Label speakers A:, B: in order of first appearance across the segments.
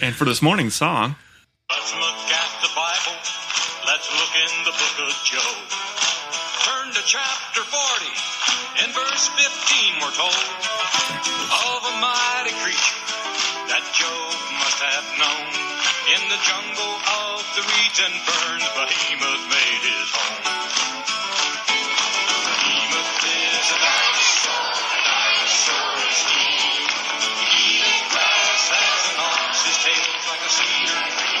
A: And for this morning's song,
B: Let's look at the Bible. Let's look in the book of Job. Turn to chapter 40. In verse 15, we're told of a mighty creature that Job must have known. In the jungle of the reeds and ferns, Behemoth made his home. Behemoth is a dinosaur, a dinosaur is he. He eats grass as an ox, his tail's like a cedar tree.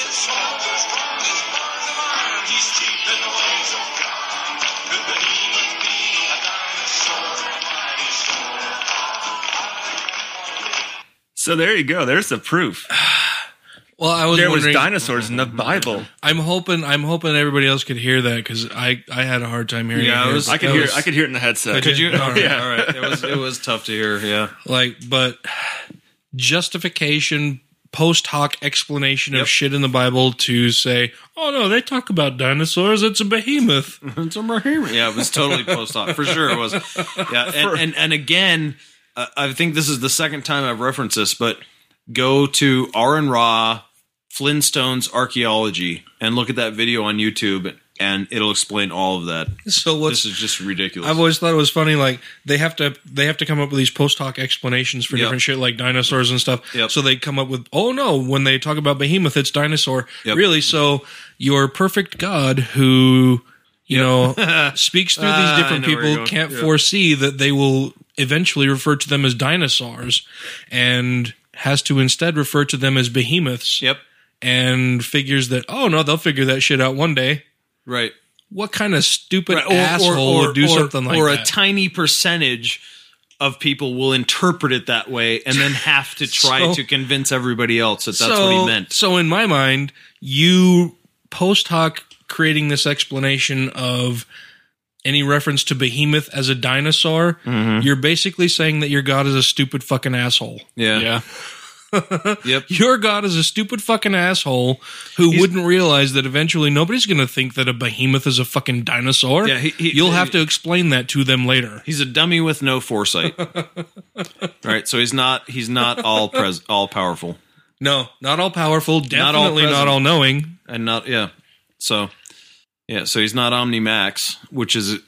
B: His claws are strong as bars of iron, he's cheap in the ways of God. Could Behemoth be a dinosaur, a mighty soul?
A: so there you go. There's the proof.
C: Well, I was
A: There was
C: wondering.
A: dinosaurs in the Bible.
C: I'm hoping. I'm hoping everybody else could hear that because I I had a hard time hearing.
D: Yeah,
C: it
D: it was-
A: I could
C: That
A: hear.
C: was-
A: I could hear it in the headset.
C: Could
D: Did you? All right,
C: Yeah.
D: all right. It was it was tough to hear. Yeah,
C: like, but justification, post hoc explanation of
D: Yep.
C: shit in the Bible to say, oh no, they talk about dinosaurs. It's a behemoth.
D: yeah, it was totally post hoc for sure. It was. Yeah, and and, and again, uh, I think this is the second time I've referenced this, but go to R and Raw Flintstones archaeology and look at that video on YouTube, and it'll explain all of that.
C: So what's
D: This is just ridiculous.
C: I've always thought it was funny. Like they have to they have to come up with these post hoc explanations for
D: Yep.
C: different shit, like dinosaurs and stuff.
D: Yep.
C: So they come up with, oh no, when they talk about behemoth, it's dinosaur.
D: Yep.
C: Really? So your perfect God who you know speaks through
D: Ah, I
C: these different
D: know where you're
C: people
D: going.
C: can't
D: Yeah.
C: foresee that they will eventually refer to them as dinosaurs and has to instead refer to them as behemoths
D: yep.
C: and figures that oh no they'll figure that shit out one day
D: Right.
C: what kind of stupid
D: Right,
C: asshole would do
D: or-
C: something like
D: or
C: that
D: a tiny percentage of people will interpret it that way and then have to try
C: So-
D: to convince everybody else that that's what he meant.
C: So in my mind, you post hoc creating this explanation of any reference to behemoth as a dinosaur,
D: Mm-hmm.
C: you're basically saying that your god is a stupid fucking asshole.
D: yeah. Yep.
C: Your god is a stupid fucking asshole who wouldn't realize that eventually nobody's going to think that a behemoth is a fucking dinosaur.
D: Yeah, he- he-
C: You'll have to explain that to them later.
D: He's a dummy with no foresight. right. So he's not he's not all pres all powerful.
C: No, not all powerful, definitely
D: present.
C: not all knowing.
D: And not yeah. So yeah, so he's not Omnimax, which is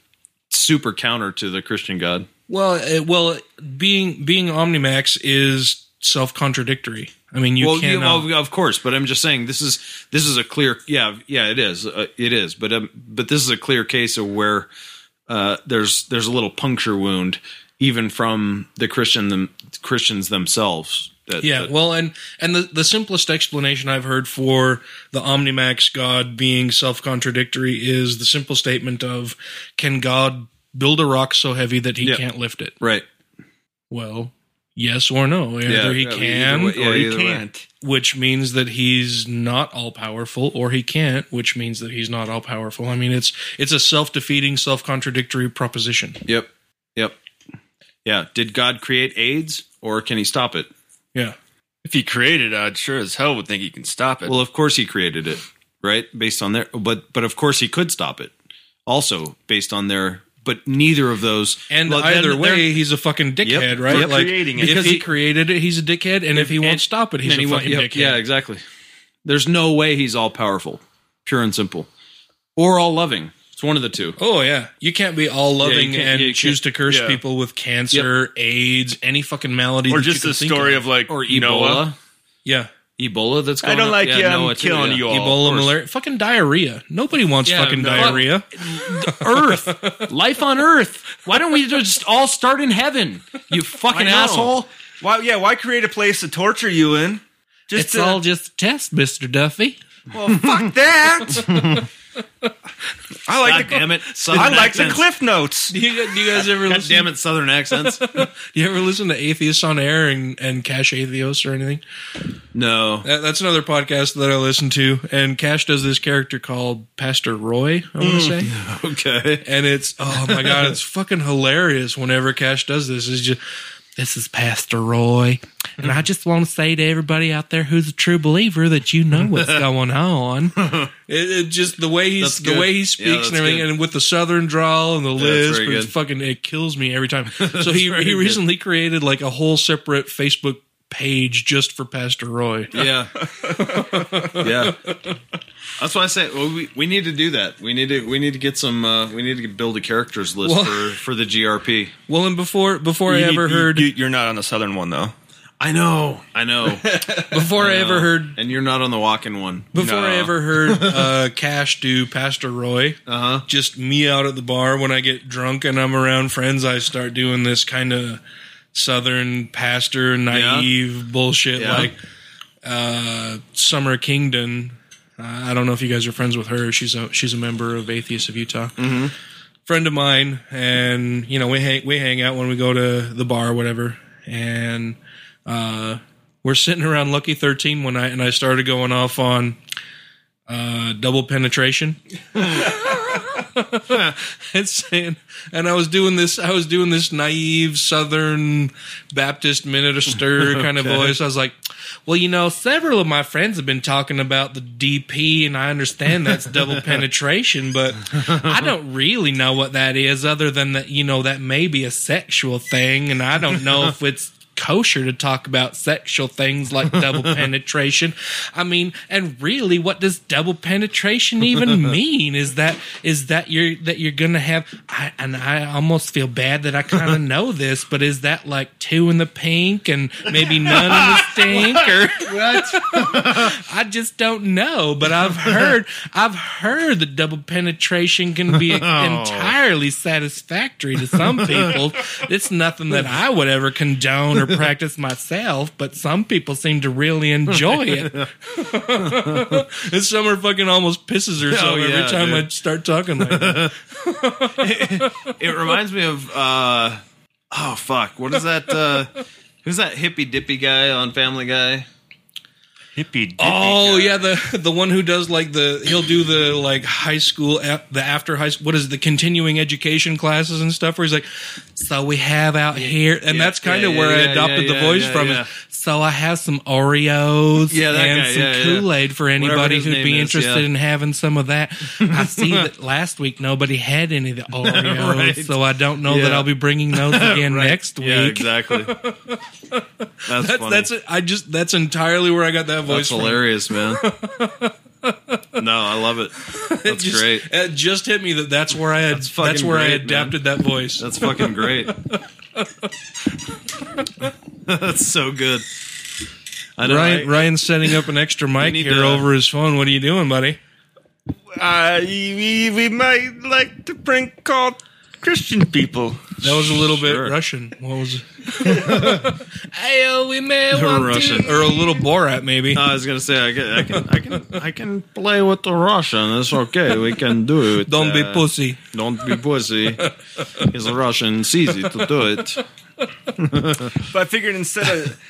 D: super counter to the Christian God.
C: Well, uh, well, being being Omnimax is self contradictory. I mean, you
D: well,
C: can't.
D: yeah, well, of course, but I'm just saying this is this is a clear, yeah, yeah, it is, uh, it is, but um, but this is a clear case of where uh, there's there's a little puncture wound, even from the Christian them, Christians themselves. That,
C: yeah,
D: that-
C: well, and and the the simplest explanation I've heard for the Omnimax God being self contradictory is the simple statement of, "Can God build a rock so heavy that He
D: Yeah.
C: can't lift it?"
D: right,
C: Well, yes or no. Either He
D: yeah, either
C: can
D: way- yeah,
C: or He
D: either way.
C: can't, which means that He's not all powerful, or He can't, which means that He's not all powerful. I mean, it's it's a self defeating, self contradictory proposition.
D: yep, yep, yeah. Did God create AIDS, or can He stop it?
C: Yeah.
A: If he created, it, I'd sure as hell would think he can stop it.
D: Well, of course He created it, right, based on their, but but of course He could stop it, also based on their. But neither of those,
C: And
D: well, then
C: either
D: they're-
C: way, he's a fucking dickhead,
D: Yep,
A: for
C: right?
A: creating it.
C: If
D: Because
C: he,
D: he-
C: created it, he's a dickhead, and if he won't
D: and-
C: stop it, he's
D: And
C: a
D: he wa-
C: fucking
D: yep,
C: dickhead.
D: Yeah, exactly. There's no way he's all powerful, pure and simple, or all loving. It's one of the two.
C: Oh yeah, you can't be all loving
D: can't-
C: and
D: yeah, you
C: choose to curse
A: yeah.
C: people with cancer, AIDS, any fucking malady,
A: or
C: that you
A: just
C: can
A: the
C: think of.
A: story of like
D: Or Ebola.
A: Noah.
C: yeah,
D: Ebola that's
A: I
D: going
A: don't
D: on-
A: like you, I'm
D: it's-
A: killing you all.
D: Ebola.
C: Ebola, malaria, fucking diarrhea. Nobody wants
D: Yeah,
C: fucking
D: no.
C: diarrhea.
D: Earth. Life on Earth. Why don't we just all start in heaven? You fucking
A: I know. Why? Yeah. Why create a place to torture you in? Just to,
C: just a test, Mister Duffy.
A: well, fuck that. I like
D: God
A: the.
D: damn it. Southern
A: I like the
D: accents.
A: cliff notes.
C: Do you, do you guys ever
D: God
C: listen?
D: damn it, Southern accents.
C: Do you ever listen to Atheists on Air and and Cash Atheos or anything?
D: No.
C: That, that's another podcast that I listen to, and Cash does this character called Pastor Roy, I want to say,
D: Okay.
A: Mm.
C: and it's oh my god, it's fucking hilarious. Whenever Cash does this, is just This is Pastor Roy. And I just want to say to everybody out there who's a true believer that you know what's going on. it, it just the way he's
D: That's
C: the
D: good.
C: way he
D: Yeah,
C: speaks
D: that's
C: and everything,
D: good.
C: and with the southern drawl and the
D: that's
C: lisp,
D: very
C: it's
D: good.
C: fucking it kills me every time. So he
D: very
C: he
D: good.
C: recently created like a whole separate Facebook page just for Pastor Roy.
D: Yeah. yeah. That's why I say well, we we need to do that. We need to we need to get some uh, we need to build a characters list
C: Well-
D: for for the GRP.
C: Well, and before before
A: You
C: I
A: need-
C: ever
A: you-
C: heard
A: you, you're not on the southern one though.
D: I know. I know.
C: before I ever heard
D: And you're not on the walking one.
C: Before I
A: No.
C: ever heard uh, Cash do Pastor Roy,
D: Uh-huh.
C: just me out at the bar when I get drunk and I'm around friends, I start doing this kind of Southern pastor naive bullshit
D: Yeah.
C: like uh, Summer Kingdon. Uh, I don't know if you guys are friends with her. She's a she's a member of Atheists of Utah. Friend of mine, and you know we hang we hang out when we go to the bar or whatever, and uh, we're sitting around Lucky Thirteen one night, and I started going off on uh, double penetration. and saying, and I was doing this, I was doing this naive Southern Baptist minister kind of voice. I was like, well, you know, several of my friends have been talking about the DP, and I understand that's double penetration, but I don't really know what that is, other than that, you know, that may be a sexual thing, and I don't know if it's kosher to talk about sexual things like double penetration. I mean, and really what does double penetration even mean? Is that is that you're that you're gonna have I and I almost feel bad that I kinda know this, but is that like two in the pink and maybe none in the stink or I just don't know, but I've heard I've heard that double penetration can be entirely satisfactory to some people. It's nothing that I would ever condone or practice myself, but some people seem to really enjoy it. and Summer fucking almost pisses herself
D: Oh, yeah,
C: every time
D: dude.
C: I start talking like that.
D: It reminds me of uh oh fuck. What is that uh who's that hippy dippy guy on Family Guy?
A: Hippie. dippy
C: Oh
A: guy.
C: yeah, the the one who does like the he'll do the like high school ap- the after high school what is it, the continuing education classes and stuff where he's like, so we have out here and
D: Yeah,
C: that's kind
D: yeah,
C: of
D: yeah,
C: where I
D: yeah,
C: adopted
D: yeah,
C: the
D: yeah,
C: voice
D: yeah,
C: from.
D: yeah.
C: Is, so I have some Oreos
D: Yeah, that
C: and
D: guy,
C: some
D: yeah, yeah.
C: Kool Aid for anybody
D: his
C: who'd
D: name
C: be
D: is,
C: interested
D: yeah.
C: in having some of that. I see that last week nobody had any of the Oreos,
D: Right.
C: so I don't know that
D: Yeah.
C: I'll be bringing those again next week.
D: Yeah, exactly. That's
C: That's
D: funny.
C: that's it. I just that's entirely where I got that
D: That's
C: voice from.
D: hilarious, man. no, I love it.
C: It
D: That's
C: just,
D: great.
C: It just hit me that that's where I had, that's,
D: fucking
C: where I
D: great,
C: adapted that voice.
D: That's fucking great. that's so good. I know.
C: Ryan,
D: Right,
C: Ryan's setting up an extra mic
D: need
C: here
D: to- uh,
C: over his phone. What are you doing, buddy?
A: Uh, we, we might like to prank call Christian people.
C: That was a little
D: Sure.
C: bit Russian. What was it? Ayo, we may
D: want Russian. to-
C: or a little Borat maybe.
D: I was gonna say I can, I can I can I can play with the Russian. It's okay. We can do it.
C: Don't be
D: Uh,
C: pussy.
D: Don't be pussy. He's a Russian. It's easy to do it.
A: But I figured instead of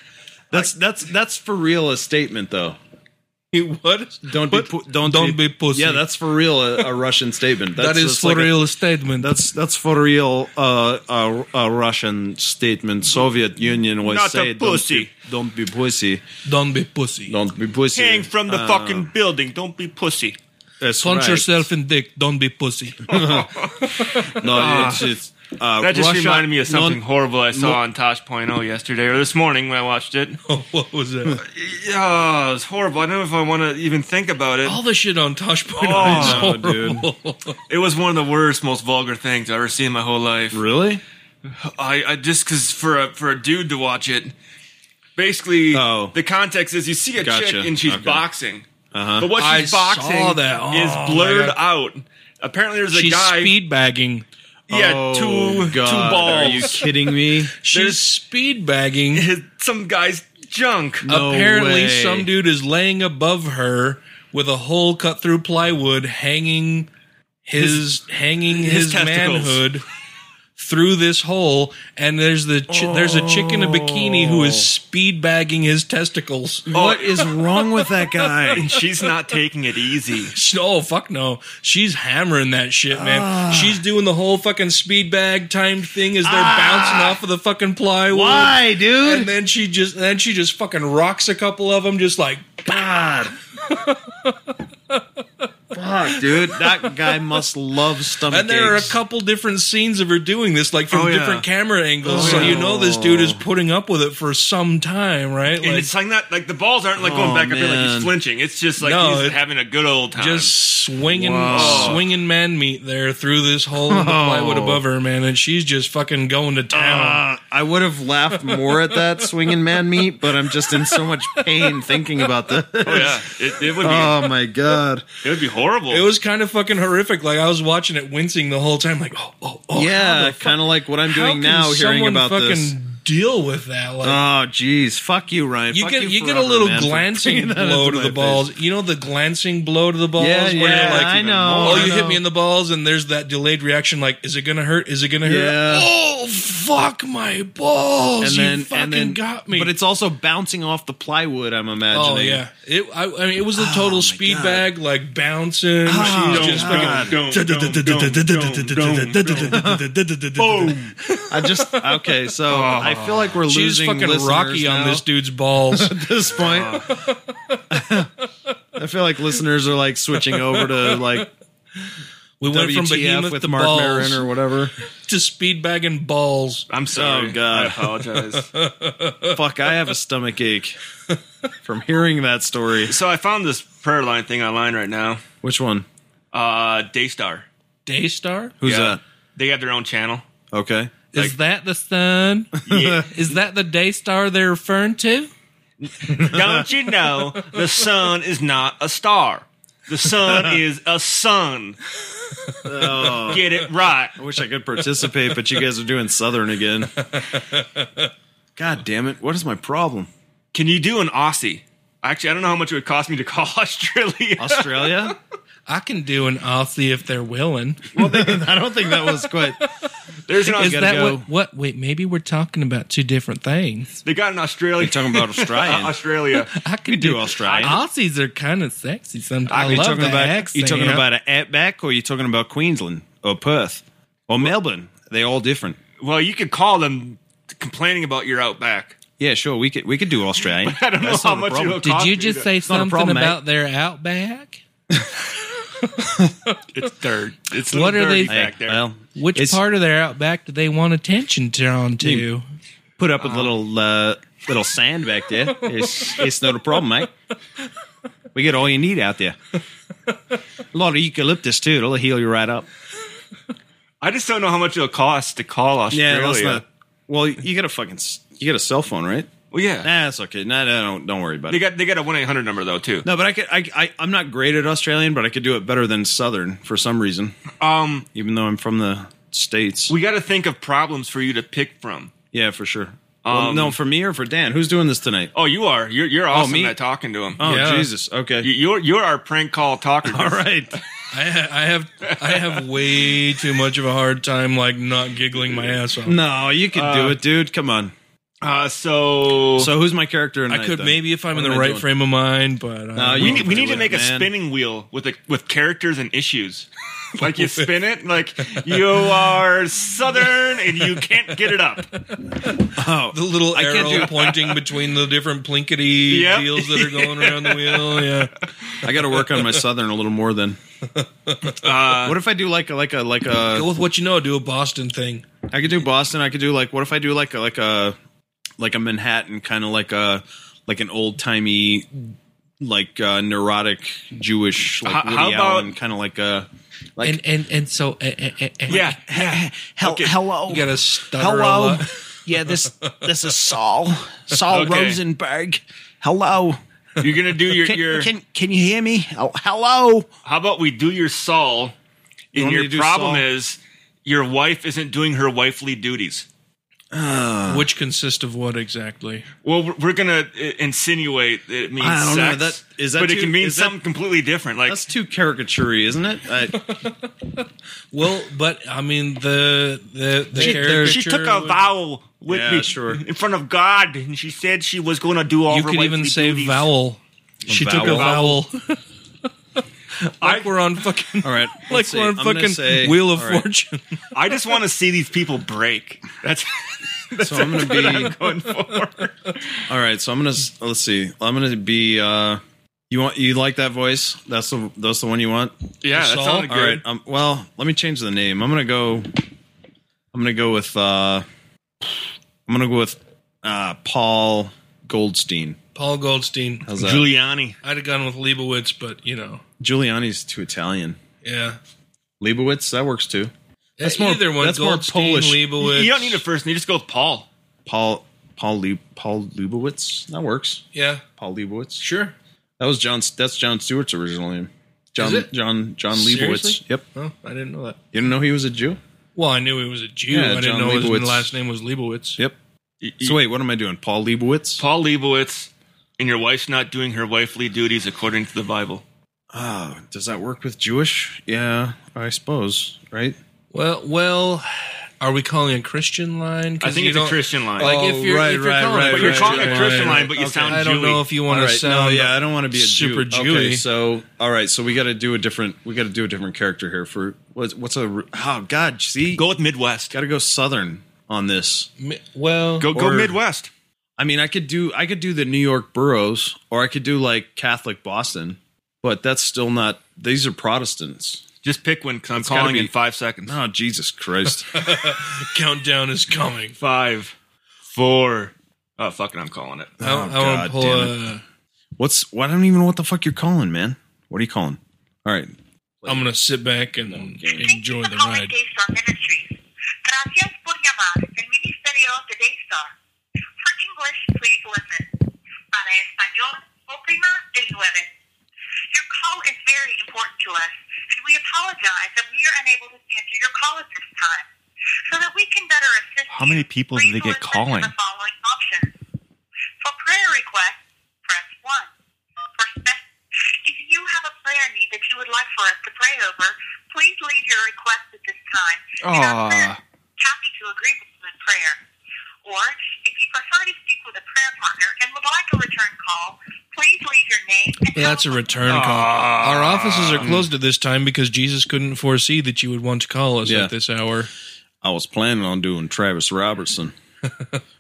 D: That's that's that's for real a statement though.
C: what?
D: Don't
C: What?
D: be pu- don't
C: Don't be pussy.
D: Yeah, that's for real a, a Russian statement. That's,
C: That is
D: that's
C: for
D: like a-
C: real statement.
D: that's that's for real uh, a, a Russian statement. Soviet Union was
A: Not a
D: say
A: pussy.
D: Don't be, don't be pussy.
C: Don't be pussy.
D: Don't be pussy. Ah.
A: hang from the fucking building, don't be pussy.
D: That's
C: Punch
D: right.
C: yourself in dick. Don't be pussy.
D: No,
C: Ah.
D: it's, it's uh,
A: That just
D: Russia-
A: reminded me of something
D: non-
A: horrible I saw on Tosh.0 yesterday or this morning when I watched it.
C: what was that?
A: Yeah, it was horrible. I don't know if I want to even think about it.
C: All the shit on Tosh Point
A: Oh,
C: is
D: no, dude.
C: horrible.
A: It was one of the worst, most vulgar things I've ever seen in my whole life.
D: really?
A: I, I just because for a for a dude to watch it, basically
D: Oh.
A: the context is you see a
D: Gotcha.
A: chick and she's
D: Okay.
A: boxing, uh-huh. but what
C: I
A: she's boxing
C: saw that. Oh, my
A: is blurred
C: God.
A: out. Apparently, there's a
C: She's
A: guy.
C: speed bagging.
A: yeah,
D: Oh,
A: two
D: God.
A: two
D: Are you
A: balls.
D: kidding me?
C: She's
A: There's-
C: speed bagging.
A: His, some guy's junk.
D: No
C: Apparently,
D: way.
C: some dude is laying above her with a hole cut through plywood, hanging his, hanging
A: his
C: his,
A: testicles.
C: manhood through this hole, and there's the chi- there's a chick in a bikini who
A: Oh.
C: is speed bagging his testicles.
D: What is wrong with that guy?
A: And Oh. she's not taking it easy.
C: She- Oh fuck no! She's hammering that shit, man.
D: Ah.
C: She's doing the whole fucking speed bag timed thing as they're bouncing off of the fucking plywood.
D: Ah. Why,
C: And
D: dude?
C: then she just then she just fucking rocks a couple of them, just like
D: God. Fuck, Uh, dude. That guy must love stomach
C: And there are a
D: aches.
C: couple different scenes of her doing this, like from
D: Oh, yeah. Oh.
C: different camera angles. so you know this dude is putting up with it for some time, right?
A: And
C: Like,
A: it's like not like the balls aren't like
D: Oh,
A: going back up there like
D: man.
A: he's flinching. It's just like
C: No,
A: he's
C: it-
A: having a good old time.
C: just swinging,
D: Wow.
C: swinging man meat there through this hole in the
D: Oh.
C: plywood above her, man. And she's just fucking going to town.
D: Uh, I would have laughed more at that swinging man meat, but I'm just in so much pain thinking about this.
A: oh yeah, it, it would be
D: Oh my god!
A: it would be horrible.
C: it was kind of fucking horrific. Like I was watching it, wincing the whole time. Like, oh, oh, oh.
D: yeah, kind of like what I'm
C: How
D: doing
C: can
D: now, hearing
C: someone
D: about
C: fucking
D: this.
C: deal with that? Like,
D: Oh jeez, fuck you, Ryan.
C: you
D: Fuck
C: get you, get a
D: forever,
C: little
D: man, for
C: glancing
D: bringing that
C: blow
D: into
C: to
D: my
C: the
D: face.
C: balls. You know the glancing blow to the balls
D: Yeah,
C: where
D: yeah,
C: you're like,
D: I know.
C: oh,
D: I
C: you hit
D: know.
C: me in the balls, and there's that delayed reaction. Like, is it gonna hurt? Is it gonna hurt?
D: Yeah.
C: Oh fuck my
D: and
C: balls!
D: then
C: you Oh, fucking
D: and then
C: got me.
D: But it's also bouncing off the plywood. I'm imagining. Oh,
C: oh yeah. It I, I mean it was a total speed
D: God.
C: bag like bouncing.
D: Oh,
C: She's just
D: God.
C: fucking.
A: Boom.
D: I just okay. So I feel like we're
C: Oh. She's
D: losing
C: fucking
D: listeners
C: Rocky on
D: now
C: this dude's balls.
D: at this point.
C: Uh-huh.
D: I feel like listeners are like switching over to like
C: We went from
D: WTF
C: behemoth
D: with
C: to
D: Mark
C: balls
D: Maron or whatever.
C: to speed bagging balls.
A: I'm sorry.
D: Oh, God.
A: I apologize.
D: Fuck, I have a stomach ache from hearing that story.
A: so I found this prayer line thing online right now.
D: Which one?
A: Uh, Daystar.
C: Daystar?
D: Who's
A: Yeah. They have their own channel.
D: that? Okay.
C: Is that the sun?
A: Yeah.
C: Is that the day star they're referring to?
A: Don't you know the sun is not a star? The sun is a sun. Get it right.
D: Oh. I wish I could participate, but you guys are doing Southern again. God damn it. What is my problem?
A: Can you do an Aussie? Actually, I don't know how much it would cost me to call Australia.
D: Australia?
C: I can do an Aussie if they're willing.
D: I don't think that was quite.
A: There's an
D: I
A: Aus-
C: Is
D: gotta
C: that
D: go.
C: what, what? Wait, maybe we're talking about two different things.
A: They got an Australia.
D: talking about
A: Uh,
D: Australian.
A: Australia.
C: I can
D: do Australian.
C: Aussies are kind of sexy sometimes. I,
D: you
C: love
D: talking
C: the
D: about
C: accent.
D: you talking about an outback or you talking about Queensland or Perth or Melbourne? They all different.
A: Well, you could call them complaining about your outback.
D: Yeah, sure. We could we could do Australian.
A: I don't know how
D: not a
A: much
D: problem.
A: it'll cost.
C: Did you
A: me
C: just
A: to-
C: say
D: not a
C: something
D: problem, mate.
C: about their outback?
A: it's third? It's
C: What
A: little
C: are they-
A: dirty back there?
D: Well,
C: Which
D: It's-
C: part of their outback do they want attention drawn to?
D: put up a little uh, little sand back there. It's it's not a problem, mate. We get all you need out there. A lot of eucalyptus too. It'll heal you right up.
A: I just don't know how much it'll cost to call Australia.
D: Well, you got a fucking s- you got a cell phone, right?
A: Well, yeah.
D: Nah, it's okay. Nah, nah, don't don't worry about
A: They
D: it.
A: got they got a one eight hundred number though too.
D: No, but I could. I, I I'm not great at Australian, but I could do it better than Southern for some reason.
A: Um,
D: Even though I'm from the states.
A: we got to think of problems for you to pick from.
D: yeah, for sure. well,
A: Um,
D: no, for me or for Dan? Who's doing this tonight?
A: Oh, you are. You're you're awesome
D: me?
A: at talking to him.
D: Oh,
C: Yeah.
D: Jesus. Okay.
A: You- You're you're our prank call talker.
D: all right.
C: I, ha- I have I have way too much of a hard time like not giggling my ass off.
D: No, you can do
A: Uh,
D: it, dude. Come on.
A: Uh, so
D: So who's my character?
C: I
D: Tonight,
C: could
D: then?
C: maybe if I'm
D: What
C: in
D: am
C: the
D: I
C: right
D: doing?
C: frame of mind, but uh,
D: No, you
A: we
D: can
A: need, we
D: do
A: need to
D: it,
A: make a
D: man.
A: spinning wheel with a, with characters and issues. Like
C: Oh,
A: you spin it, like you are southern and you can't get it up.
D: Oh.
C: the little
D: I can't
C: arrow
D: do-
C: pointing between the different plinkety
A: Yep.
C: deals that are going around the wheel. Yeah,
D: I got to work on my southern a little more. Then.
A: Uh,
D: what if I do like a like a like
C: go
D: a?
C: with what you know. Do a Boston thing.
D: I could do Boston. I could do like. What if I do like a like a like a Manhattan kind of like a like an old timey like uh, neurotic Jewish like
A: How-
D: Woody
A: how about-
D: Allen kind of like a like
C: And and and so eh, and, and, and
A: Yeah,
D: hell,
A: okay.
D: hello
C: you gotta stutter a
D: hello
C: lot.
D: yeah this this is Saul Saul
A: Okay.
D: Rosenberg hello
A: you're gonna do your your.
D: can you hear me Oh, hello
A: how about we do your Saul?
D: want
A: And
D: me
A: your
D: to do
A: problem
D: Saul?
A: is your wife isn't doing her wifely duties.
D: uh.
C: Which consist of what exactly?
A: Well, we're- we're gonna uh, insinuate that it means
D: I don't know,
A: sex.
D: that- is that
A: but it
D: too-
A: can mean
D: is that-
A: something completely different. Like
D: That's too caricaturey, isn't it? I,
C: Well, but I mean the the the
A: she, she
C: caricature
A: took a
C: would-
A: vow with
D: Yeah,
A: me
D: sure.
A: in front of God, and she said she was going to do all.
C: You
A: her
C: could even
A: wifely
C: say
A: duties.
C: vowel. She took a
A: vowel?
C: vowel. like we're on fucking.
D: all right,
C: Like
D: let's see.
C: we're on
D: I'm gonna
C: fucking
D: say-
C: Wheel of
D: all right,
C: Fortune.
A: I just want to see these people break. That's
D: So I'm gonna be
A: going for.
D: all right. So I'm gonna s- let's see. I'm gonna be. uh You want you like that voice? That's the that's the one you want.
A: Yeah, that
C: Saul?
A: sounded
D: All
A: good.
D: right. Um, well, let me change the name. I'm gonna go. I'm gonna go with. uh I'm gonna go with uh Paul Goldstein.
C: Paul Goldstein.
D: How's that?
A: Giuliani.
C: I'd have gone with Leibowitz, but you know,
D: Giuliani's too Italian.
C: yeah.
D: Leibowitz that works too.
C: That's
D: more-
C: Either one.
D: that's more
C: Goldstein,
D: Polish.
C: Leibowitz.
A: You don't need a first name. Just go with Paul.
D: Paul Paul Lu Paul Leibowitz that works.
C: Yeah,
D: Paul Leibowitz.
C: sure.
D: That was John. That's John Stewart's original name. John
C: Is it?
D: John John Leibowitz.
C: Seriously?
D: Yep.
C: Oh, I didn't know that.
D: You didn't know he was a Jew.
C: Well, I knew he was a Jew.
D: Yeah,
C: I didn't
D: John
C: know
D: Leibowitz.
C: his last name was Leibowitz.
D: Yep. So wait, what am I doing? Paul Leibowitz.
A: Paul Leibowitz, and your wife's not doing her wifely duties according to the Bible.
D: Ah, does that work with Jewish? Yeah, I suppose. Right.
C: Well, well, are we calling a Christian line? 'Cause
A: I think
C: you
A: it's a
C: don't-
A: Christian line.
C: Like
D: Oh,
C: if you're,
D: right,
C: if you're
D: right,
C: calling
D: right,
C: a
D: But
A: you're
C: Christian
A: calling a Christian line, but you sound
C: I don't know
A: Jewy.
C: if you want to
D: No,
C: sound.
D: yeah, I don't want to be a
C: super
D: Jew. Okay,
C: Jewy.
D: so all right, so we got to do a different. We got to do a different character here. For what's what's a r- oh god, see,
A: Go with Midwest.
D: got to go southern on this.
C: Mi- Well,
A: Go go
D: Or-
A: Midwest.
D: I mean, I could do I could do the New York boroughs, or I could do like Catholic Boston, but that's still not. These are Protestants.
A: Just pick one. i I'm
D: gotta
A: calling
D: be-
A: in five seconds.
D: Oh Jesus Christ!
C: countdown is coming.
A: Five, four. Oh fuck it, I'm calling it.
C: I, I
D: God
C: want to pull
D: damn
C: a.
D: What's well, I don't even know what the fuck you're calling, man. What are you calling? All right,
C: I'm gonna sit back and enjoy
E: Thank you
C: the
E: for calling
C: ride.
E: Daystar Ministries. Gracias por llamar el Ministerio de Daystar. For English, please listen. Para español, oprima el 9. Your call is very important to us, and we apologize that we are unable to answer your call at this time. So that we can better assist
A: How many
E: you,
A: people do they
E: please
A: get
E: listen
A: calling?
E: To the following options. For prayer requests, press 1. For spe- if you have a prayer need that you would like for us to pray over, please leave your request at this time. and our
A: Aw.
D: Ah.
E: prayer- Happy to agree with you in prayer. Or if you prefer to speak with a prayer partner and would like a return call, please leave your name. And
C: Yeah, that's a
E: telephone
C: return call.
D: Ah.
C: Our offices are closed at this time because Jesus couldn't foresee that you would want to call us
D: Yeah.
C: at this hour.
D: I was planning on doing Travis Robertson.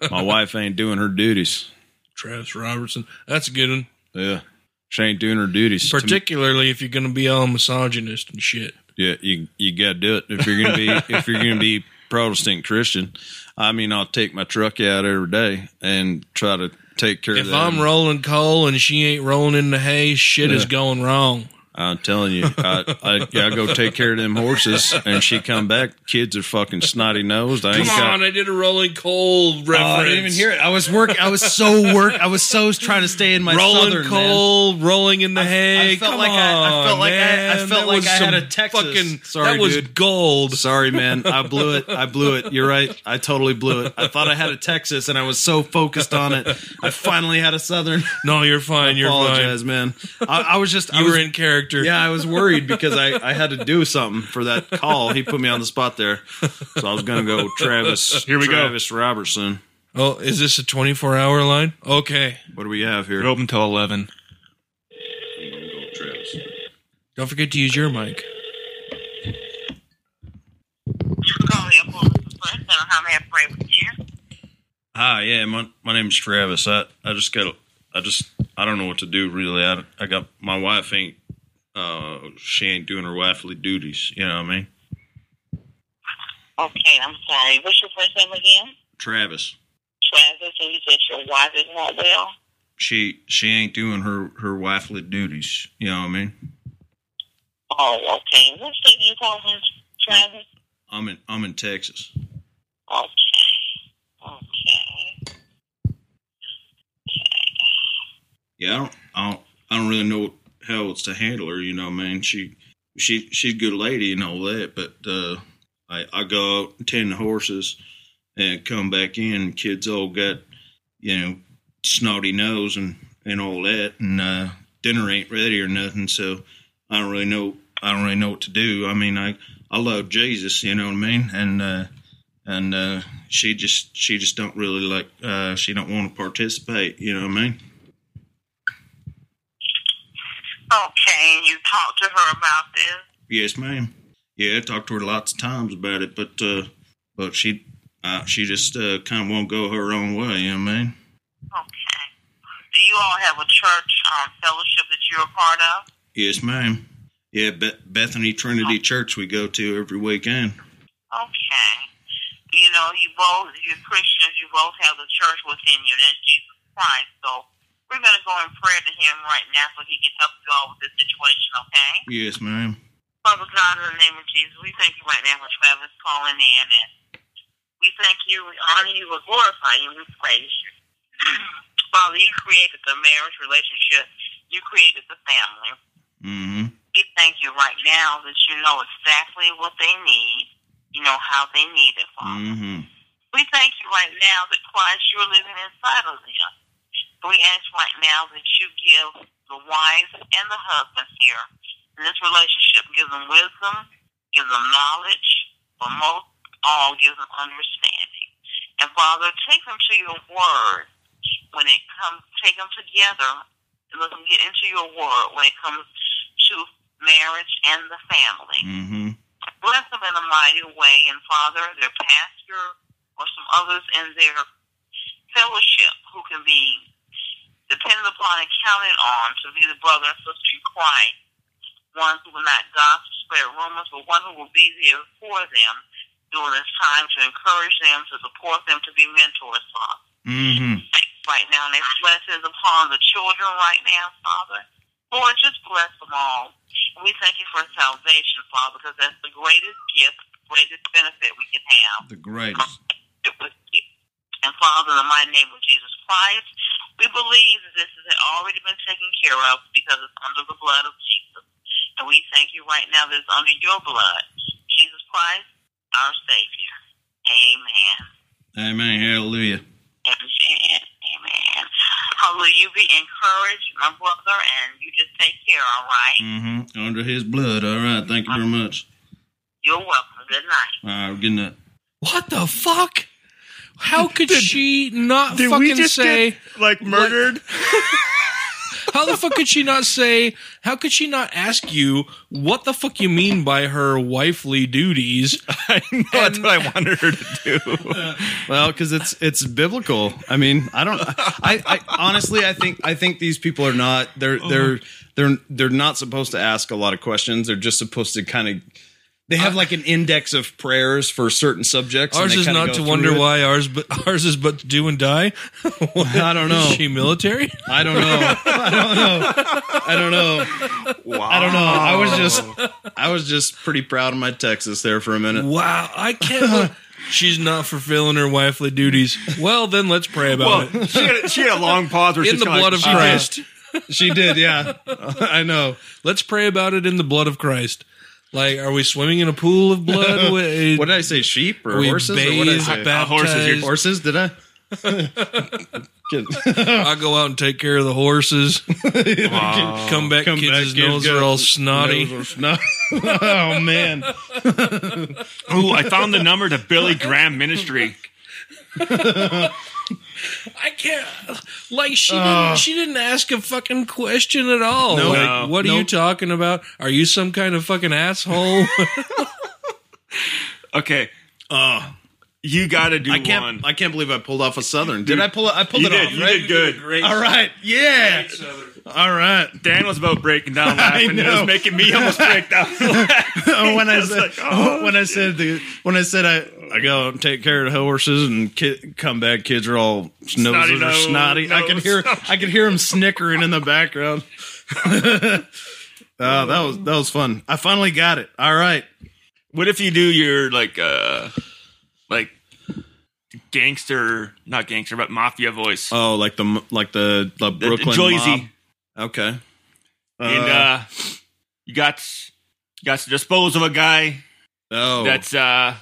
D: My wife ain't doing her duties.
C: Travis Robertson, that's a good one.
D: Yeah, she ain't doing her duties. To me-
C: Particularly if you're gonna be all misogynist and shit.
D: Yeah, you you gotta do it if you're gonna be if you're gonna be Protestant Christian. I mean, I'll take my truck out every day and try to take care of
C: If
D: that.
C: I'm rolling coal and she ain't rolling in the hay, shit is
D: Yeah.
C: going wrong.
D: I'm telling you, I, I, yeah, I go take care of them horses, and she come back. Kids are fucking snotty nosed. I ain't
C: Come
D: got.
C: on, I did a rolling coal reference.
D: Oh, I didn't even hear it. I was work. I was so work. I was so trying to stay in my
C: rolling
D: southern man.
C: coal, rolling in the hay.
D: felt
C: Come
D: like I- I
C: on,
D: felt like I- I
C: man.
D: felt
C: That
D: like
C: was
D: I had
C: some
D: a Texas.
C: Fucking,
D: Sorry,
C: that was
D: dude.
C: gold.
D: Sorry, man. I blew it. I blew it. You're right. I totally blew it. I thought I had a Texas, and I was so focused on it. I finally had a southern.
C: No, you're fine. You're
D: apologize,
C: fine.
D: man. I, I was just, I
C: You
D: was,
C: were in character.
D: yeah, I was worried because I, I had to do something for that call. He put me on the spot there, so I was gonna go Travis.
A: Here we go.
D: Travis Robertson.
C: Oh, is this a 24 hour line? Okay.
D: What do we have
A: You're
D: here?
A: open till eleven.
D: Travis.
C: Don't forget to use your mic.
E: You can call me a phone request. I don't know how may I pray with you.
D: Ah, yeah. My my name's Travis. I I just got, I just, I don't know what to do really. I I got my wife ain't, uh, she ain't doing her wifely duties. You know what I mean?
E: Okay, I'm sorry. What's your first name again?
D: Travis.
E: Travis, and you said your wife is not well.
D: She she ain't doing her her wifely duties. You know what I mean?
E: Oh, okay. What state are you calling, Travis?
D: I'm in I'm in Texas.
E: Okay. Okay.
D: yeah, I don't, I don't, I don't really know how else to handle her. You know, man, she, she, she's a good lady and all that, but uh, I, I go out and tend the horses,
F: and come back in. Kids all got, you know, snotty nose and, and all that, and uh, dinner ain't ready or nothing. So I don't really know. I don't really know what to do. I mean, I I love Jesus, you know what I mean, and uh, and uh, she just she just don't really like. Uh, she don't want to participate. You know what I mean?
E: Okay, and you talked to her about this.
F: Yes, ma'am. Yeah, I talked to her lots of times about it, but uh, but she uh, she just uh, kind of won't go her own way. You know what I mean?
E: Okay. Do you all have a church um, fellowship that you're a part of?
F: Yes, ma'am. Yeah, Be- Bethany Trinity Church we go to every weekend.
E: Okay. You know, you both, you're Christians, you both have the church within you, that's Jesus Christ. So we're going to go in prayer to him right now so he can help you all with this situation, okay?
F: Yes, ma'am.
E: Father God, in the name of Jesus, we thank you right now for Travis calling in. And we thank you, we honor you, we glorify you, we praise you. Father, you created the marriage relationship, you created the family.
F: Mm-hmm.
E: We thank you right now that you know exactly what they need, you know how they need it, Father.
F: Mm-hmm.
E: We thank you right now that Christ, you're living inside of them. We ask right now that you give the wives and the husbands here in this relationship, give them wisdom, give them knowledge, but most all, give them understanding. And Father, take them to your word when it comes, take them together and let them get into your word when it comes to marriage and the family
F: Mm-hmm.
E: bless them in a mighty way, and Father, their pastor or some others in their fellowship who can be depended upon and counted on to be the brother and sister in Christ, one who will not gossip, spread rumors, but one who will be there for them during this time to encourage them, to support them, to be mentors, Father
F: Mm-hmm.
E: right now. And there's blessings upon the children right now, Father. Lord, just bless them all. And we thank you for salvation, Father, because that's the greatest gift, the greatest benefit we can have
F: The greatest.
E: it with you. And Father, in the mighty name of Jesus Christ, we believe that this has already been taken care of because it's under the blood of Jesus. And we thank you right now that it's under your blood. Jesus Christ, our Savior. Amen.
F: Amen. Hallelujah.
E: Amen. Amen. Hallelujah. You be encouraged, my brother, and you just take care, all right?
F: Mm-hmm. Under his blood. All right. Thank you very much.
E: You're welcome. Good night.
F: All right. Good night.
C: What the fuck? How could she not
G: Did
C: fucking
G: we just
C: say?
G: get like murdered?
C: how the fuck could she not say? How could she not ask you what the fuck you mean by her wifely duties?
G: I know that's what I wanted her to do.
D: Well, because it's it's biblical. I mean, I don't. I, I honestly, I think I think these people are not. They're
C: Uh-huh.
D: they're they're they're not supposed to ask a lot of questions. They're just supposed to kind of. They have like an index of prayers for certain subjects. and
C: Ours
D: they
C: is
D: kinda
C: not
D: go
C: to
D: through
C: wonder
D: it.
C: why ours, but ours is but to do and die.
D: I don't know.
C: Is she military?
D: I don't know. I don't know. I don't know. Wow. I don't know. I was just I was just pretty proud of my Texas there for a minute.
C: Wow, I can't. bel- She's not fulfilling her wifely duties. Well, then let's pray
A: Well,
C: about it.
A: she had, she had a long pause where
C: In
A: she's
C: the
A: kinda
C: blood
A: like,
C: of Christ.
D: She did, yeah. I know.
C: Let's pray about it in the blood of Christ. Like, are we swimming in a pool of blood? We-
D: What did I say? Sheep or
C: we
D: horses? Or what did I
C: bathe,
D: say?
C: baptized.
A: horses, your
D: Horses? Did I?
C: I go out and take care of the horses. Come back,
D: Come back,
C: kids'
D: kids
C: noses
D: go-
C: are all snotty.
D: No. oh man.
A: Ooh, I found the number to Billy Graham Ministry.
C: I can't. Like she didn't, she didn't ask a fucking question at all.
D: No.
C: like,
A: No.
C: what are you talking about? Are you some kind of fucking asshole?
A: Okay. you got to do
D: Uh, I can't
A: one.
D: I can't believe I pulled off a southern. Did I pull it I pulled
A: you
D: it
A: did.
D: off,
A: you
D: right?
A: did good.
D: All right. Yeah. All right.
A: Dan was about breaking down laughing. It
D: know.
A: was making me almost break down.
D: Oh, when I said when
A: oh,
D: I said the when I said I I go and take care of the horses and ki- come back, kids are all noses are
A: nose,
D: snotty. I could
A: nose.
D: hear I could hear them snickering in the background. oh, that was that was fun. I finally got it. All right,
A: What if you do your like uh like gangster not gangster but mafia voice?
D: Oh, like the like the, the
A: The- the
D: Brooklyn
A: Joyzy.
D: mob. Okay.
A: and uh you got you got to dispose of a guy
D: oh,
A: that's uh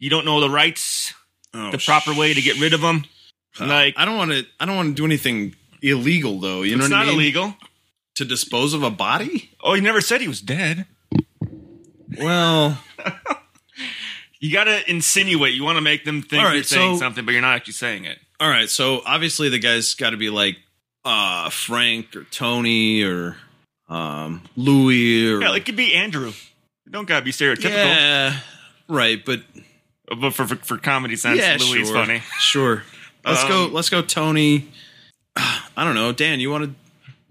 A: you don't know the rights.
F: Oh,
A: the proper way to get rid of them. Like
D: I don't want to. I don't want to do anything illegal though. You know
A: it's
D: what I
A: not
D: mean?
A: illegal.
D: to dispose of a body.
A: Oh, he never said he was dead.
D: Well,
A: You got to insinuate. You want to make them think
D: All right,
A: you're saying
D: so-
A: something, but you're not actually saying it.
D: all right. So obviously the guy's got to be like uh Frank or Tony or um Louis or
A: Yeah, it could be Andrew. You don't got to be stereotypical.
D: Yeah, right. But
A: But for, for, for comedy sense,
D: yeah,
A: Louis is
D: sure,
A: funny.
D: Sure. Let's go.
A: Um,
D: Let's go, Tony. I don't know, Dan. You want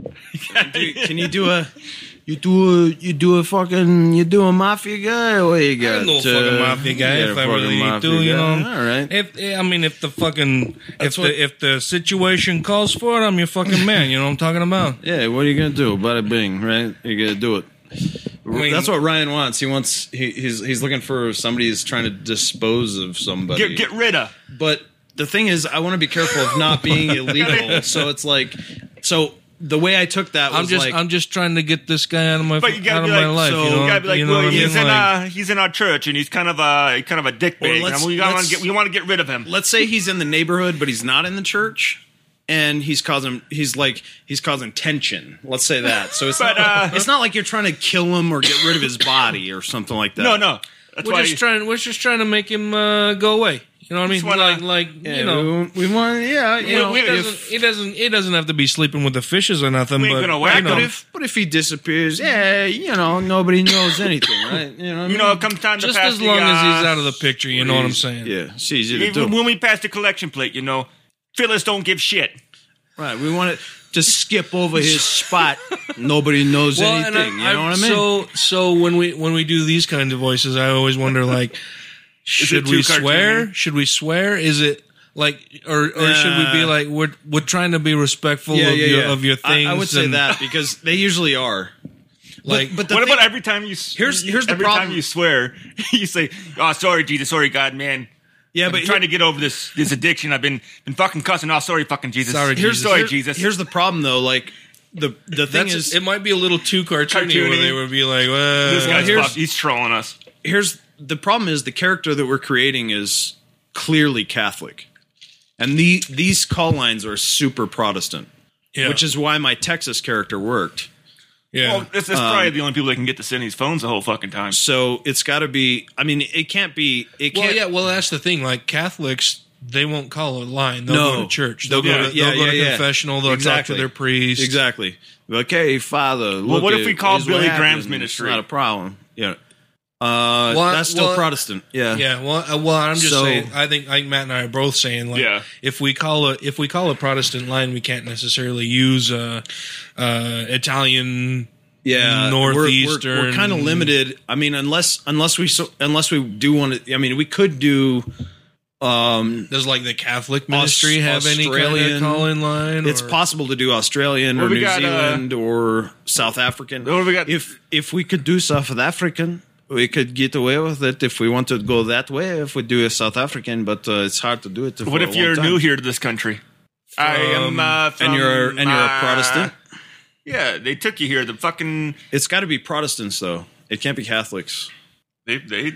D: to? can you do a?
F: You do a you do a fucking you do a mafia guy or you got
C: I'm no fucking
D: uh,
C: mafia guy if I really do, you know.
D: All right.
C: If I mean, if the fucking if the if the situation calls for it, I'm your fucking man. You know what I'm talking about?
D: Yeah, what are you gonna do? Bada bing, right? You're gonna do it.
C: mean-
D: That's what Ryan wants. He wants. He, he's he's looking for somebody who's trying to dispose of somebody.
A: Get, get rid of.
D: but the thing is, I want to be careful of not being illegal. so it's like, so the way I took that was
C: I'm just
D: like,
C: I'm just trying to get this guy out of my
A: But you gotta
C: out of
A: be
C: my
A: like,
C: life.
A: so
C: you know,
A: you gotta be like,
C: You know
A: well,
C: what I mean?
A: he's in
C: Like-
A: uh, he's in our church, and he's kind of a kind of a dickbag.
D: let's-
A: And we want
D: let's-
A: to get we want to get rid of him.
D: let's say he's in the neighborhood, but he's not in the church, and he's causing he's like he's causing tension. Let's say that. So it's not,
A: But, uh,
D: it's not like you're trying to kill him or get rid of his body or something like that.
A: uh, No, no. That's
C: We're
A: why
C: just
A: you-
C: trying. We're just trying to make him uh, go away. You know what I mean?
A: Just wanna-
C: like, like
D: Yeah,
C: you know,
D: we, we want yeah. You
C: Uh, you know,
D: know,
A: we-
C: it doesn't.
A: if-
C: it doesn't. It doesn't have to be sleeping with the fishes or nothing.
A: We ain't
C: but
A: gonna whack
C: you know,
A: him.
D: but if but if he disappears, yeah, you know, nobody knows anything, right? You know, what I
A: you
D: mean?
A: know, it comes time to
C: just
A: pass
C: as
A: the,
C: long as
A: uh,
C: he's out of the picture, you know what I'm
D: He's-
C: saying?
D: Yeah, it's easy to
A: If-
D: do.
A: when we pass the collection plate, you know, Phyllis don't give shit.
D: Right, we want to just skip over his spot. Nobody knows
C: and
D: anything.
C: I-
D: you know what I mean?
C: So, so when we when we do these kinds of voices, I always wonder like, should
A: too
C: we swear?
A: cartoony?
C: Should we swear? Is it like, or or should we be
D: Uh,
C: like, we're we're trying to be respectful of your of your
D: I-
C: things?
D: I, would say
C: and,
D: that because they usually are.
C: Like,
D: but, but the
A: What
D: thing-
A: about every time you s-
D: Here's- here's the
A: every
D: problem.
A: time you swear, you say, "Oh, sorry, Jesus, sorry, God, man."
D: yeah?
A: I've been
D: But
A: trying to get over this this addiction. I've been been fucking cussing. Oh, sorry, fucking Jesus.
C: Sorry,
A: here's
C: Jesus.
A: sorry,
D: here-
A: Jesus.
D: Here's the problem though. Like the the thing
C: that's
D: is,
C: it might be a little too cartoony, where
A: Cartoony.
C: they would be like, well,
A: this guy's
D: here's-
A: fucked. He's trolling us.
D: here's the problem is the character that we're creating is clearly Catholic, and the these call lines are super Protestant,
C: yeah,
D: which is why my Texas character worked. Um,
C: yeah.
A: Well, this is probably the only people that can get to send these phones the whole fucking time.
D: So it's got to be. I mean, it can't be. It
C: Well,
D: can't.
C: yeah. Well, that's the thing. Like Catholics, they won't call a line. They'll
D: No.
C: go to church. They'll
D: Yeah,
C: go to,
D: yeah,
C: they'll go to
D: yeah, yeah.
C: confessional. They'll
D: Exactly.
C: talk to their priest.
D: Exactly. Okay, Father.
A: Well,
D: look
A: what if
D: at-
A: we call
D: here's what
A: Billy
D: happened.
A: Graham's
D: It's
A: ministry?
D: not a problem. Yeah. Uh,
C: Well,
D: that's still
C: well-
D: Protestant. Yeah.
C: Yeah. Well, uh, well, I'm just
D: So-
C: saying. I think I think Matt and I are both saying like,
A: Yeah.
C: if we call a if we call a Protestant line, we can't necessarily use uh, uh, Italian.
D: yeah. We're, we're,
C: Northeastern-
D: we're kind of limited. I mean, unless unless we so, unless we do want to. I mean, we could do. Um,
C: Does like the Catholic ministry have any kind of
D: Australian-
C: call in line?
D: it's
C: or-
D: possible to do Australian
A: Well,
D: or
A: we
D: New
A: got, uh,
D: Zealand or South African.
A: What have we got?
D: If if we could do South African, we could get away with it if we want to go that way. If we do a South African, but uh, it's hard to do it.
A: What
D: for a
A: if
D: long
A: you're
D: time.
A: new here to this country? I am uh, from,
D: and you're and you're a
A: uh,
D: Protestant.
A: Yeah, they took you here. The fucking
D: It's got to be Protestants though. It can't be Catholics.
A: they they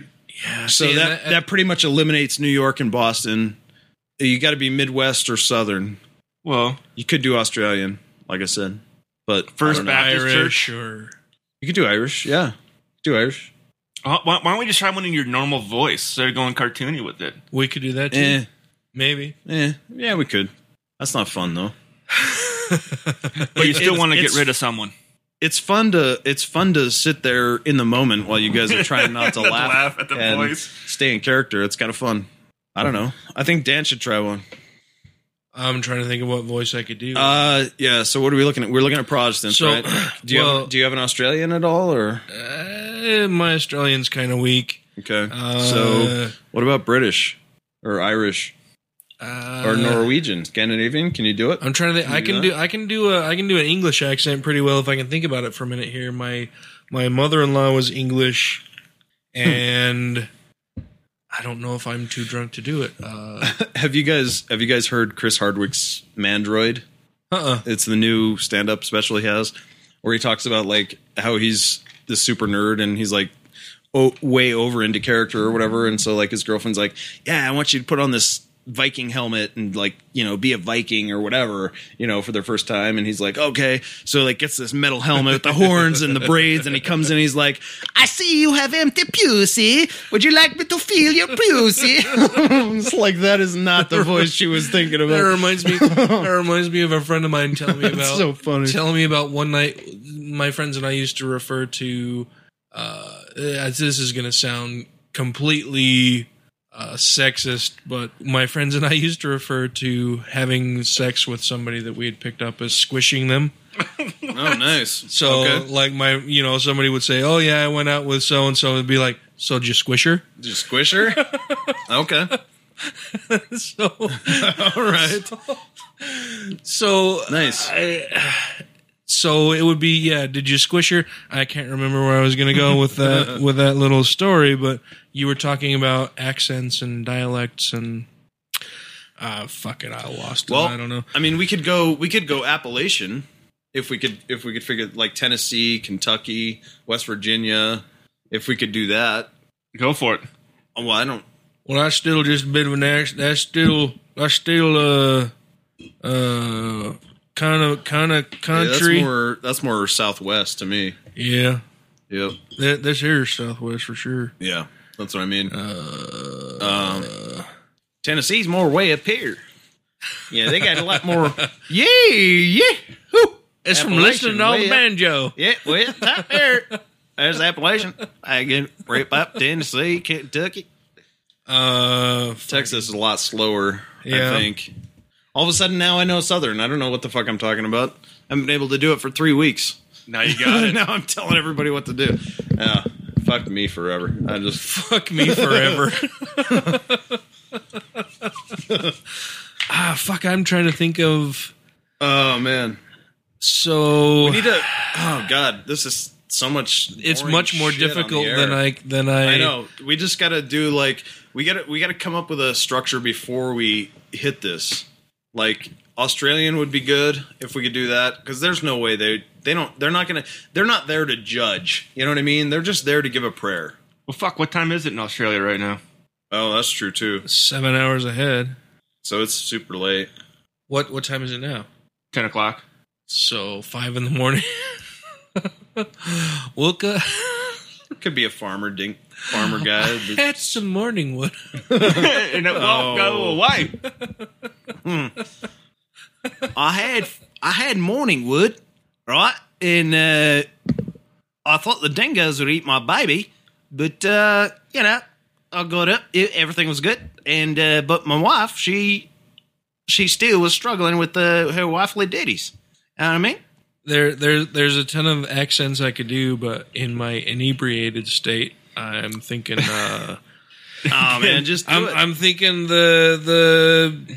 D: So
C: See, and
D: that,
C: that-
D: that pretty much eliminates New York and Boston. You got to be Midwest or Southern.
A: well
D: You could do Australian, like I said, but
A: First
D: I don't know.
A: Baptist
C: Irish
A: Church.
C: or
D: You could do Irish, yeah. Do Irish.
A: Uh, Why, why don't we just try one in your normal voice instead of going cartoony with it?
C: we could do that too.
D: Eh,
C: Maybe.
D: eh, yeah, we could. That's not fun though.
A: But you still
D: It's-
A: want to get
D: it's-
A: rid of someone.
D: It's fun to it's fun to sit there in the moment while you guys are trying not to laugh,
A: Laugh at the
D: and
A: voice.
D: stay in character. It's kind of fun. I don't know. I think Dan should try one.
C: I'm trying to think of what voice I could do.
D: Uh, yeah. So what are we looking at? We're looking at Protestants,
C: So,
D: right? Do you
C: well-
D: have, do you have an Australian at all, or
C: Eh, my Australian's kind of weak.
D: okay?
C: Uh,
D: so what about British or Irish
C: Uh,
D: or Norwegian, Scandinavian? Can you do it?
C: I'm trying to. Think, I can do. I can do. A, I can do an English accent pretty well if I can think about it for a minute here. My my mother in law was English, and I don't know if I'm too drunk to do it. Uh
D: Have you guys have you guys heard Chris Hardwick's Mandroid?
C: uh.
D: It's the new stand up special he has, where he talks about like how he's the super nerd and he's like, o- way over into character or whatever. And so like his girlfriend's like, yeah, I want you to put on this Viking helmet and like, you know, be a Viking or whatever, you know, for their first time. And he's like, okay. So like gets this metal helmet with the horns and the braids. And he comes in, he's like, I see you have empty pussy. Would you like me to feel your pussy? it's like, that is not the voice she was thinking
C: That
D: about.
C: reminds me. That reminds me of a friend of mine telling me about.
D: so funny.
C: Telling me about one night, my friends and I used to refer to. Uh, as this is going to sound completely uh, sexist, but my friends and I used to refer to having sex with somebody that we had picked up as squishing them.
D: Oh, nice.
C: So,
D: Okay.
C: like my, you know, somebody would say, "Oh yeah, I went out with so and so," and be like, "So did you squish her?"
D: Did you squish her? okay.
C: so,
D: All right.
C: so
D: Nice.
C: so it would be yeah did you squish her i can't remember where i was going to go with that with that little story but you were talking about accents and dialects and uh fuck it i lost
D: Well,
C: it i don't know
D: I mean, we could go. We could go Appalachian if we could. If we could figure like Tennessee, Kentucky, West Virginia. If we could do that.
A: Go for it.
D: Oh, Well, I don't.
C: well that's still just a bit of an accent that's still that's still uh uh kind of kind of
D: yeah, that's
C: country yeah,
D: more. That's more Southwest to me. Yep.
C: that, this here is southwest for sure
D: Yeah. That's what I mean. um, Tennessee's more way up here. Yeah, they got a lot more. Yeah, yeah. Whew.
C: it's from listening to all the
D: Appalachian, way up-
C: banjo
D: Yeah, well, it's up there. There's Appalachian. I get right up Tennessee, Kentucky.
C: uh
D: Texas is a lot slower,
C: Yeah.
D: I think. All of a sudden now I know Southern. I don't know what the fuck I'm talking about. I haven't been able to do it for three weeks.
A: Now you got it.
D: now I'm telling everybody what to do. Yeah, fuck me forever. I just
C: fuck me forever. ah, fuck. I'm trying to think of.
D: oh man.
C: So
D: We need to oh god, this is so much
C: it's
D: boring
C: much more
D: shit on the
C: difficult
D: air.
C: than I than I.
D: I know. We just gotta do like we gotta we gotta come up with a structure before we hit this. Like Australian would be good if we could do that because there's no way they they don't they're not gonna they're not there to judge. You know what I mean? They're just there to give a prayer.
A: Well, fuck. What time is it in Australia right now?
D: Oh, that's true too.
C: Seven hours ahead.
D: So it's super late.
C: What what time is it now?
A: Ten o'clock.
C: So five in the morning. Woke up.
D: Could be a farmer dink farmer guy. but-
C: Had some morning wood.
A: and it won't
C: Oh.
A: go
D: Oh.
A: away.
C: Hmm.
D: I had I had morning wood, right? And uh, I thought the dingoes would eat my baby, but uh, you know, I got up. It, everything was good, and uh, but my wife, she she still was struggling with uh, her wifely duties. You know what I mean?
C: There there there's a ton of accents I could do, but in my inebriated state, I'm thinking. uh
D: Oh man, just do
C: I'm,
D: it.
C: I'm thinking the the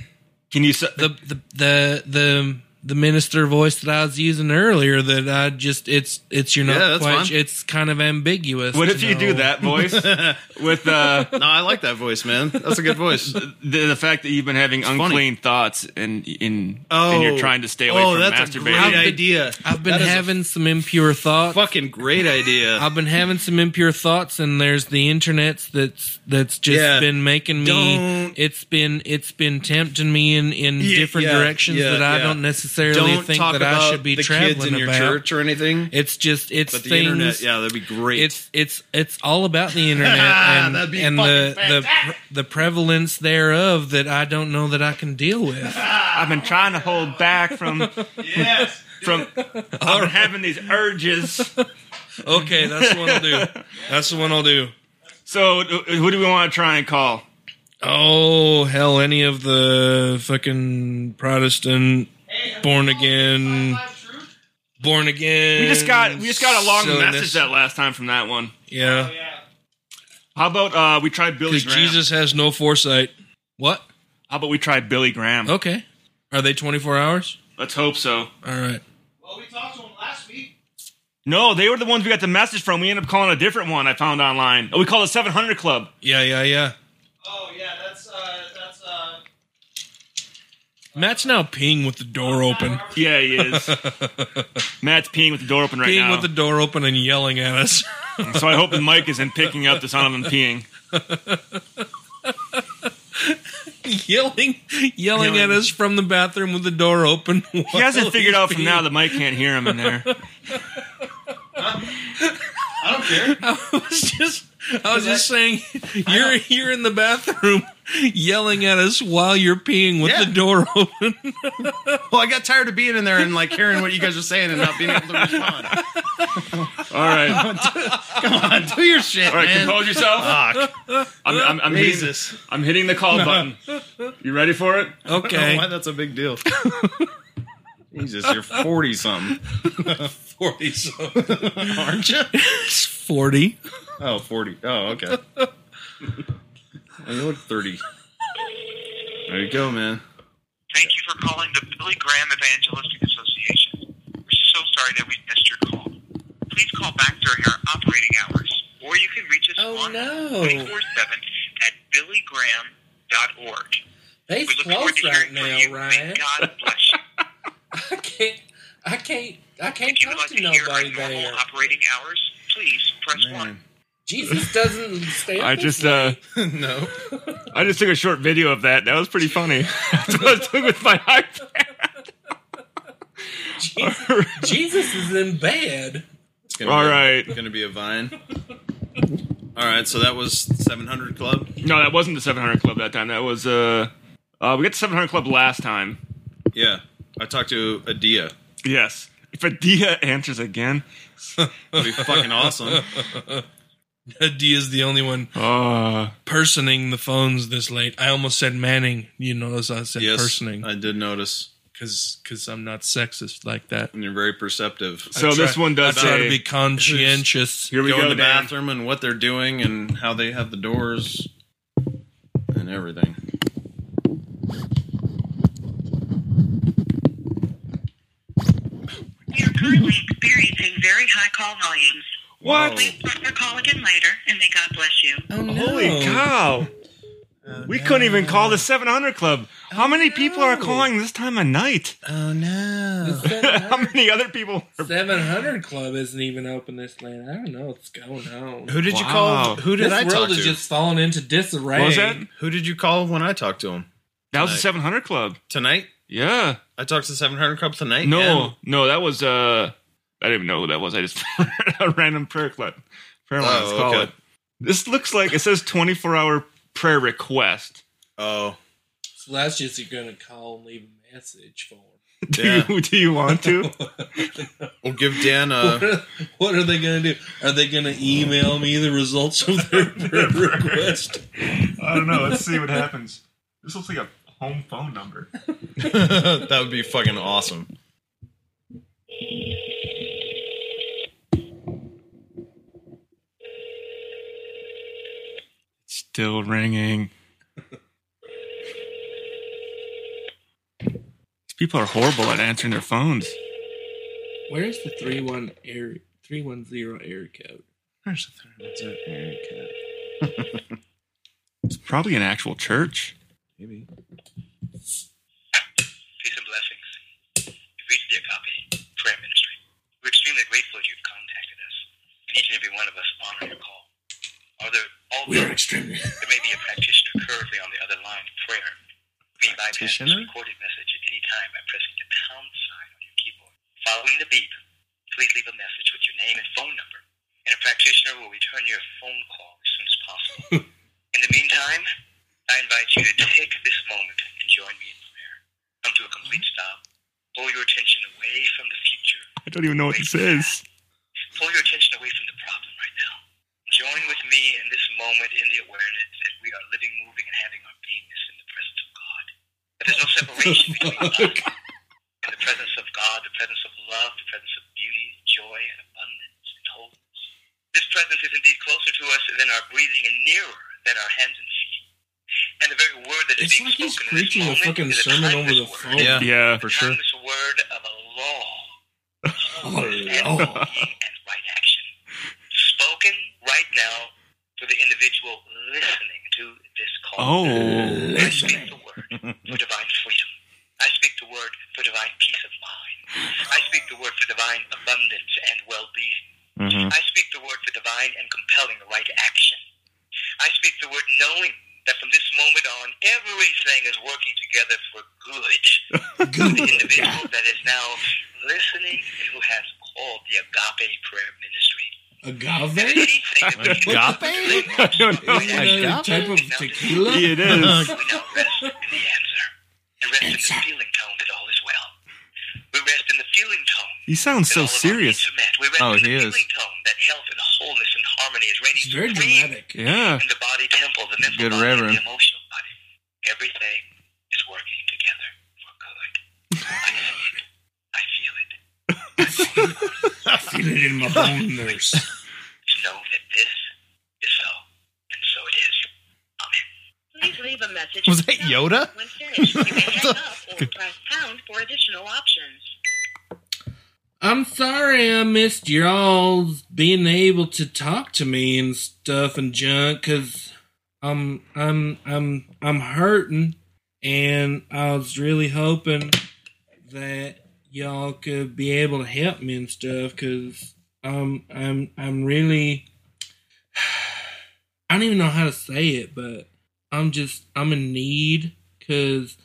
A: Can you? s
C: the the the the the minister voice that I was using earlier that I just it's it's you're not
D: Yeah, that's
C: quite
D: fine.
C: it's kind of ambiguous.
A: what
C: to
A: if you
C: know.
A: do that voice with uh,
D: no, I like that voice, man. That's a good voice.
A: the, the fact that you've been having
D: funny.
A: unclean thoughts and in and you're trying to stay away
D: oh,
A: from
D: that's A great
A: masturbating?
D: idea.
C: I've been
D: That is a
C: having some impure thoughts.
D: fucking great idea.
C: I've been having some impure thoughts, and there's the internet's that's that's just
D: Yeah.
C: been making me.
D: Don't-
C: It's been it's been tempting me in in
D: Yeah,
C: different
D: yeah,
C: directions
D: yeah,
C: that I
D: yeah.
C: don't necessarily
D: Don't
C: think
D: talk
C: that
D: about
C: I should be
D: the
C: traveling
D: kids in your
C: about.
D: church or anything.
C: It's just it's
D: But the
C: things.
D: internet, yeah, that'd be great.
C: it's it's it's all about the internet and,
D: That'd be
C: and the the, pre- the prevalence thereof that I don't know that I can deal with.
A: I've been trying to hold back from from I've been having these urges.
C: Okay, that's the one I'll do. That's the one I'll do.
A: So wh- who do we want to try and call?
C: Oh hell, any of the fucking Protestant born again, born again.
A: We just got we just got a long
C: silliness.
A: message that last time from that one.
C: yeah,
A: How about uh, we try Billy
C: because
A: Graham?
C: Jesus has no foresight. What?
A: How about we try Billy Graham?
C: Okay, are they twenty four hours?
A: Let's hope so.
C: All right.
A: No, they were the ones we got the message from. We ended up calling a different one I found online. Oh, we called it 700 Club.
C: Yeah, yeah, yeah.
D: Oh yeah, that's uh, that's uh,
C: Matt's now peeing with the door open,
A: Yeah, he is. Matt's peeing with the door open right
C: peeing
A: now.
C: with the door open and yelling at us.
A: so I hope the mic isn't picking up the sound of him peeing.
C: yelling, yelling at us from the bathroom with the door open.
A: He hasn't figured out from now the mic can't hear him in there.
C: I was just, I was just saying, you're you're in the bathroom yelling at us while you're peeing with
D: Yeah.
C: the door open.
D: Well, I got tired of being in there and like hearing what you guys were saying and not being able to respond.
A: All right,
D: Do your shit,
A: all right,
D: man.
A: compose yourself. I'm, I'm, I'm hitting,
D: Jesus.
A: I'm hitting the call button. You ready for it?
D: I don't know
C: Okay,
D: why that's a big deal. Jesus, you're 40 something,
C: forty. So
D: aren't you?
C: it's forty.
D: Oh, 40. Oh, okay. you look 30. There you go, man.
E: Thank you for calling the Billy Graham Evangelistic Association. We're so sorry that we missed your call. Please call back during our operating hours, or you can reach us
H: Oh,
E: on
H: no.
E: 24-7 at billygraham.org.
H: They
E: We look forward
H: closed
E: to
H: right
E: hearing from
H: now,
E: you. May
H: Ryan.
E: God bless you.
H: I can't. I can't. I can't
E: If you would
H: talk
E: like
H: to
E: to hear our
H: nobody
E: normal
H: there.
E: operating hours, please press 1.
H: Jesus doesn't stay. up
A: I
H: this
A: just
H: late.
A: uh no. I just took a short video of that. That was pretty funny. That's what I took with my iPad.
H: Jesus, Jesus is in bed.
D: It's gonna
A: All
D: be a-
A: right.
D: It's going to be a vine. All right, so that was 700 Club.
A: No, that wasn't the 700 Club that time. That was uh, uh we got the 700 Club last time.
D: Yeah. I talked to Adia.
A: Yes. If Adia answers again,
D: That'd be fucking awesome.
C: D is the only one
A: uh,
C: personing the phones this late. I almost said Manning. You notice I said
D: Yes.
C: personing
D: I did notice.
C: because I'm not sexist like that.
D: And you're very perceptive.
A: so
C: I try-
A: this one does
C: I try
A: say,
C: to be conscientious.
A: here we
D: go,
A: go,
D: in the
A: Dan.
D: bathroom and what they're doing and how they have the doors and everything.
E: We are currently experiencing very high call volumes.
A: What?
E: Please let your call again later, and may God bless you.
H: Oh no!
A: Holy cow. we couldn't even call the 700 Club. How many people are
H: no.
A: calling this time of night?
H: Oh no!
A: How many other people? Are-
H: Seven hundred Club isn't even open this late. I don't know what's going on.
D: Who did you
A: Wow.
D: call? Who did
H: this
D: I
H: world
D: talk to?
H: has just fallen into disarray.
A: What was that?
D: Who did you call when I talked to him
A: That was the 700 Club.
D: tonight?
A: Yeah.
D: I talked to the 700 Club tonight.
A: No,
D: and-
A: no, that was uh I didn't even know who that was. I just a random prayer club. Prayer line,
D: Oh,
A: let's call
D: okay.
A: it. This looks like it says 24 hour prayer request.
D: oh,
H: So that's just you're gonna call and leave a message for. 'em.
A: Do,
D: yeah.
A: you, do you want to?
D: We'll give Dan a.
H: what are they going to do? Are they going to email me the results of their prayer request?
A: I don't know. Let's see what happens. This looks like a home phone number.
D: that would be fucking awesome.
A: Still ringing. These people are horrible at answering their phones.
H: Where's the three one air three one zero air code?
A: It's probably an actual church.
E: Peace and blessings. You've reached the Agape Prayer Ministry. We're extremely grateful that you've contacted us, and each and every one of us honor your call. Although, although
H: extremely.
E: there may be a practitioner currently on the other line of prayer, you may bypass this
D: Practitioner?
E: recorded message at any time by pressing the pound sign on your keyboard. Following the beep, please leave a message with your name and phone number, and a practitioner will return your phone call as soon as possible. in the meantime, I invite you to take this moment and join me in prayer. Come to a complete stop. Pull your attention away from the future
A: I don't even know what this is.
E: pull your attention away from the problem right now. Join with me in this moment in the awareness that we are living, moving, and having our beingness in the presence of God. That there's no separation between us and the presence of God, the presence of love, the presence of beauty, joy, and abundance and wholeness. This presence is indeed closer to us than our breathing and nearer than our hands and feet. And the very word that is
H: It's
E: being
H: like he's
E: spoken in this
H: preaching a
E: moment
H: fucking
E: is
H: sermon over
E: timeless
H: the
E: word.
H: phone.
D: Yeah.
A: Yeah.
D: For sure.
E: Timeless word of a law and
H: Oh, Lord.
E: and right action. Spoken right now for the individual listening to this call.
A: Oh.
E: I speak the word for divine freedom. I word for divine peace of mind. I speak the word for divine abundance and well being.
F: Mm-hmm.
E: I speak the word for divine and compelling right action. I speak the word knowing that from this moment on, everything is working together for good. good. The individual that is now listening and who has called the Agape Prayer Ministry.
C: Agave?
E: Anything that we can
G: Agape? I don't know.
C: Another type of tequila?
G: It is.
E: We now rest in the answer. We rest in the feeling tone that all is well. We rest in the feeling tone.
G: He sounds
E: that
G: so
E: all of our
G: serious.
E: needs are met. We rest
D: Oh,
E: in the
D: he is.
E: feeling tone that health and wholeness and harmony is reigning
C: It's very
E: supreme
C: dramatic.
G: Yeah.
E: in the body temple, the mental
D: Good
E: body, and
D: reverend.
E: the emotional body. Everything is working together for good. I feel it.
C: Feel it in my bones.
E: I feel it. Know that this is so, and so it
I: Please
E: is. Amen.
I: leave a message.
G: Was that Yoda?
I: When finished, you may hang up or press pound for additional options.
C: I'm sorry I missed y'all being able to talk to me and stuff and junk cuz I'm I'm I'm I'm hurting and I was really hoping that y'all could be able to help me and stuff cuz um I'm I'm really I don't even know how to say it but I'm just I'm in need cuz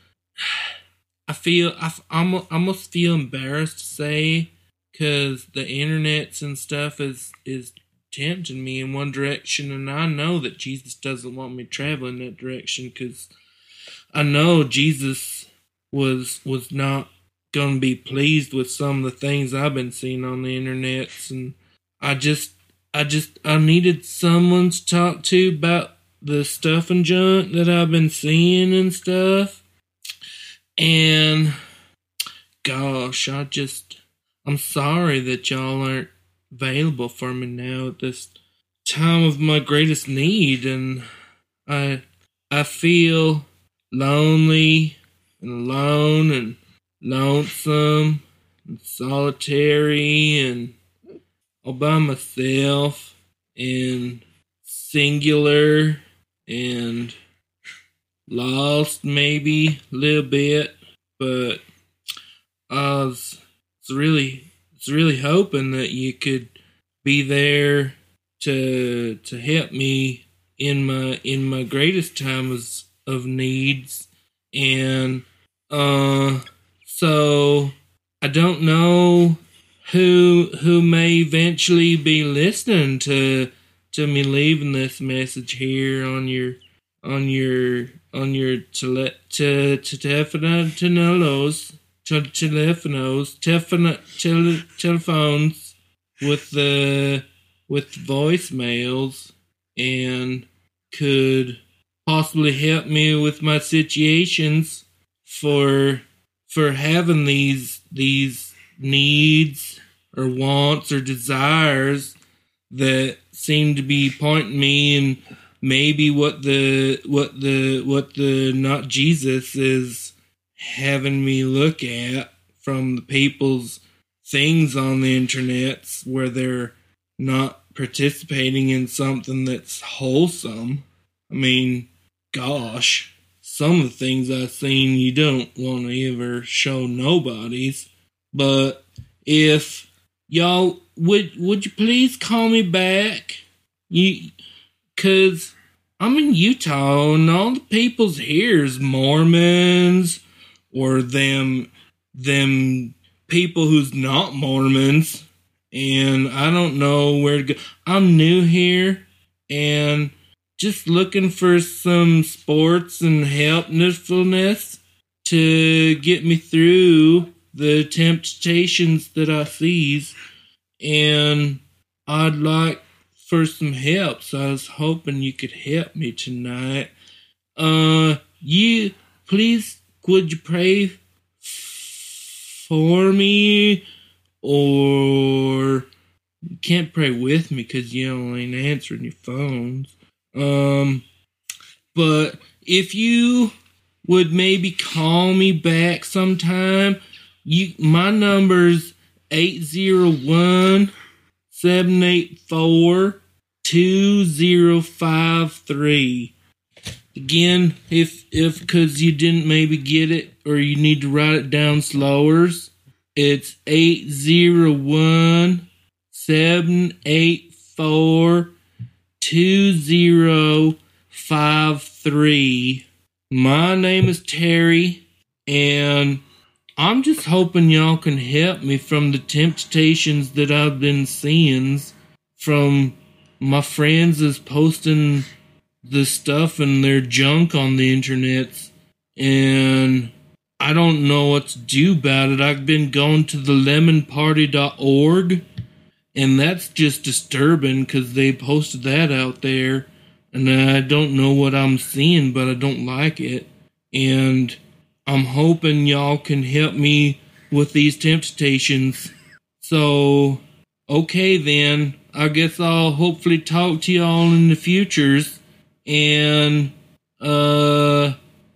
C: I feel I f- almo- almost feel embarrassed to say because the internets and stuff is is tempting me in one direction, and I know that Jesus doesn't want me traveling that direction because I know Jesus was was not gonna be pleased with some of the things I've been seeing on the internets, and I just I just I needed someone to talk to about the stuff and junk that I've been seeing and stuff. And gosh, I just I'm sorry that y'all aren't available for me now at this time of my greatest need and I I feel lonely and alone and lonesome and solitary and all by myself and singular and lost maybe a little bit, but I was, was really was really hoping that you could be there to to help me in my in my greatest times of needs and uh so I don't know who who may eventually be listening to to me leaving this message here on your on your on your tele te te telephone telenos te, telephonos telephone tele, telephones with the with voicemails and could possibly help me with my situations for for having these these needs or wants or desires that seem to be pointing me and maybe what the what the what the not Jesus is having me look at from the people's things on the internets where they're not participating in something that's wholesome. I mean, gosh, some of the things I've seen you don't want to ever show nobody's. But if y'all would would you please call me back? You Cause I'm in Utah and all the people's here is Mormons or them them people who's not Mormons and I don't know where to go. I'm new here and just looking for some sports and helpfulness to get me through the temptations that I sees and I'd like for some help. So I was hoping you could help me tonight. Uh, you please would you pray for me or you can't pray with me because you all ain't answering your phones. Um, but if you would maybe call me back sometime, you my number's eight zero one. 784 2053.
J: Again, if if because you didn't maybe get it or you need to write it down slower, it's eight zero one seven eight four two zero five three. My name is Terry, and I'm just hoping y'all can help me from the temptations that I've been seeing from my friends is posting the stuff and their junk on the internet and I don't know what to do about it. I've been going to the lemonparty.org and that's just disturbing cuz they posted that out there and I don't know what I'm seeing but I don't like it and I'm hoping y'all can help me with these temptations. So, okay then, I guess I'll hopefully talk to y'all in the futures. And uh,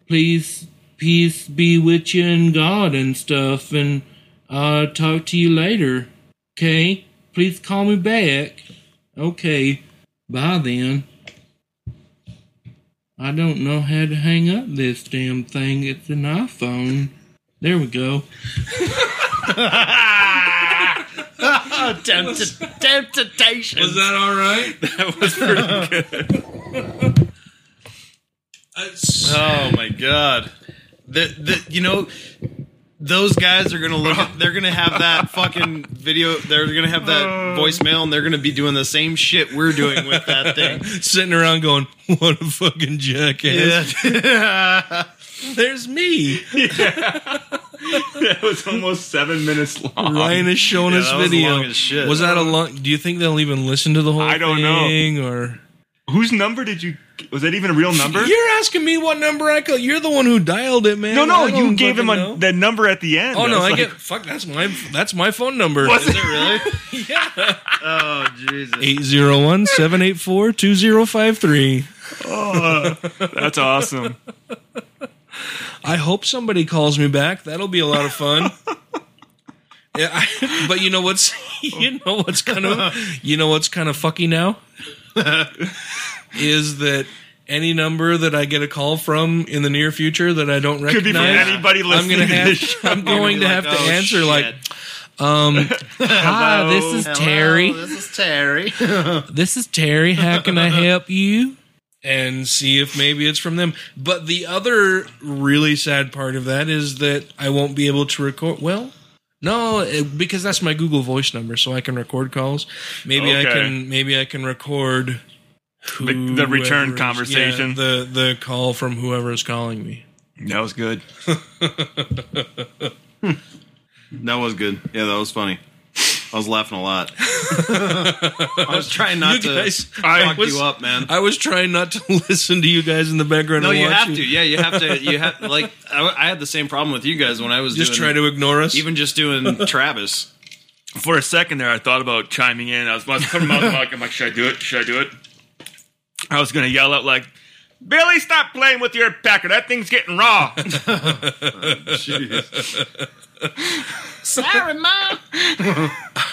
J: please, peace be with you and God and stuff. And I'll talk to you later. Okay, please call me back. Okay, bye then. I don't know how to hang up this damn thing. It's an iPhone. There we go.
K: Temptation.
C: Was that all right?
D: That was pretty
C: good. Uh,
D: Oh my god. The, the, you know those guys are gonna look. at- They're gonna have that fucking video. They're gonna have that
C: Oh.
D: voicemail, and they're gonna be doing the same shit we're doing with that thing.
C: Sitting around going, what a fucking jackass.
D: Yeah.
C: There's me.
A: that was almost seven minutes long.
C: Ryan is showing us video. Was that a long? Do you think they'll even listen to the whole?
A: I don't
C: thing,
A: know.
C: Or
A: whose number did you? Was that even a real number?
C: You're asking me what number I call. You're the one who dialed it, man.
A: no, no,
C: I don't
A: you gave
C: fucking
A: him a,
C: know.
A: the number at the end.
C: Oh no,
A: was
C: I
A: like,
C: get fuck. That's my that's my phone number.
A: Was it
D: really?
C: yeah.
D: Oh Jesus.
C: 801 784 2053.
A: Oh, that's awesome.
C: I hope somebody calls me back. That'll be a lot of fun. Yeah, I- but you know what's you know what's kind of you know what's kind of fucky now is that any number that I get a call from in the near future that I don't recognize,
A: Could be from anybody
C: I'm
A: listening
C: gonna
A: to
C: have,
A: this show.
C: I'm going to
A: You're
C: have
A: like,
C: to
A: "Oh,
C: answer
A: shit."
C: like, um, hi, this is Terry.
K: This is Terry.
C: this is Terry. How can I help you? And see if maybe it's from them. But the other really sad part of that is that I won't be able to record. Well, no, it- because that's my Google Voice number, so I can record calls. Maybe I
A: Okay.
C: can. Maybe I can record
A: The- the return
C: whoever's-
A: conversation.
C: yeah, the the call from whoever is calling me.
A: That was good.
D: That was good. Yeah, that was funny. I was laughing a lot. I was trying not
C: You
D: to
C: guys-
D: fuck
C: I was-
D: you up, man.
C: I was trying not to listen to you guys in the background.
D: No,
C: and
D: you
C: watch
D: have to. Yeah, you have to. You have like I, I had the same problem with you guys when I was
C: Just
D: doing,
C: try to ignore us.
D: Even just doing Travis.
A: For a second there, I thought about chiming in. I was, I was coming out of the mic. I'm like, should I do it? Should I do it? I was going to yell out like, Billy, stop playing with your packer. That thing's getting raw.
K: Sorry, Mom.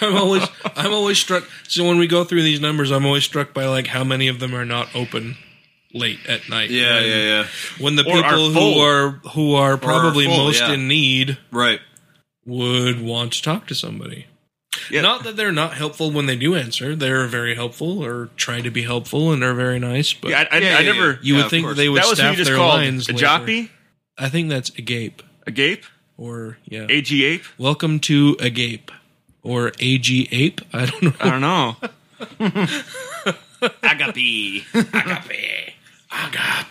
C: I'm always I'm always struck. So when we go through these numbers, I'm always struck by like how many of them are not open late at night.
D: Yeah,
C: When-
D: yeah, yeah.
C: When the
D: Or are
C: people who
D: full.
C: are who are probably
D: full,
C: most
D: yeah.
C: in need
D: Right.
C: would want to talk to somebody. Not that they're not helpful when they do answer. They're very helpful or try to be helpful and are very nice. But
A: Yeah, I- I- Yeah, I yeah, never- yeah.
C: You
A: Yeah,
C: would
A: of
C: think
A: course.
C: they would
A: That was who you
C: staff
A: just
C: their
A: called,
C: lines.
A: a
C: later.
A: joppy?
C: I think that's agape
A: a gape?
C: or yeah.
A: AG ape?
C: Welcome to agape or ag ape. I don't know.
A: I don't know.
D: Agape. Agape.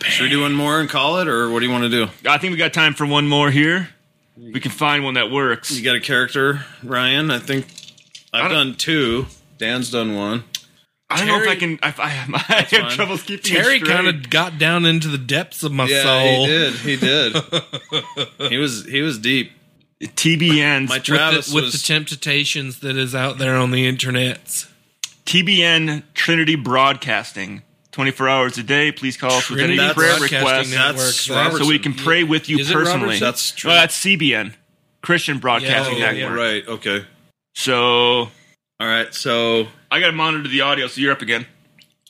D: Should we do one more and call it, or what do you want to do?
A: I think we got time for one more here. We can find one that works.
D: You got a character, Ryan? I think I've done two. Dan's done one.
A: I don't know if I can. I, I, I
D: That's
A: have
D: fine.
A: trouble keeping it
C: Terry
A: straight.
C: kind of got down into the depths of my
D: yeah,
C: soul.
D: he did. He did. he was he was deep.
A: TBN.
D: My Travis
C: with, the, with
D: was
C: the temptations that is out there on the internet.
A: TBN Trinity Broadcasting. 24 hours a day. Please call us with any
C: Trinity
A: prayer
C: Broadcasting
A: requests.
C: Network.
A: so
C: That's-
A: we can pray with you
C: Is it
A: personally.
C: Robertson?
D: That's
A: Well, that's CBN, Christian Broadcasting
D: yeah, yeah,
A: Network.
D: right. Okay.
A: So
D: All right. So
A: I got to monitor the audio, so you're up again.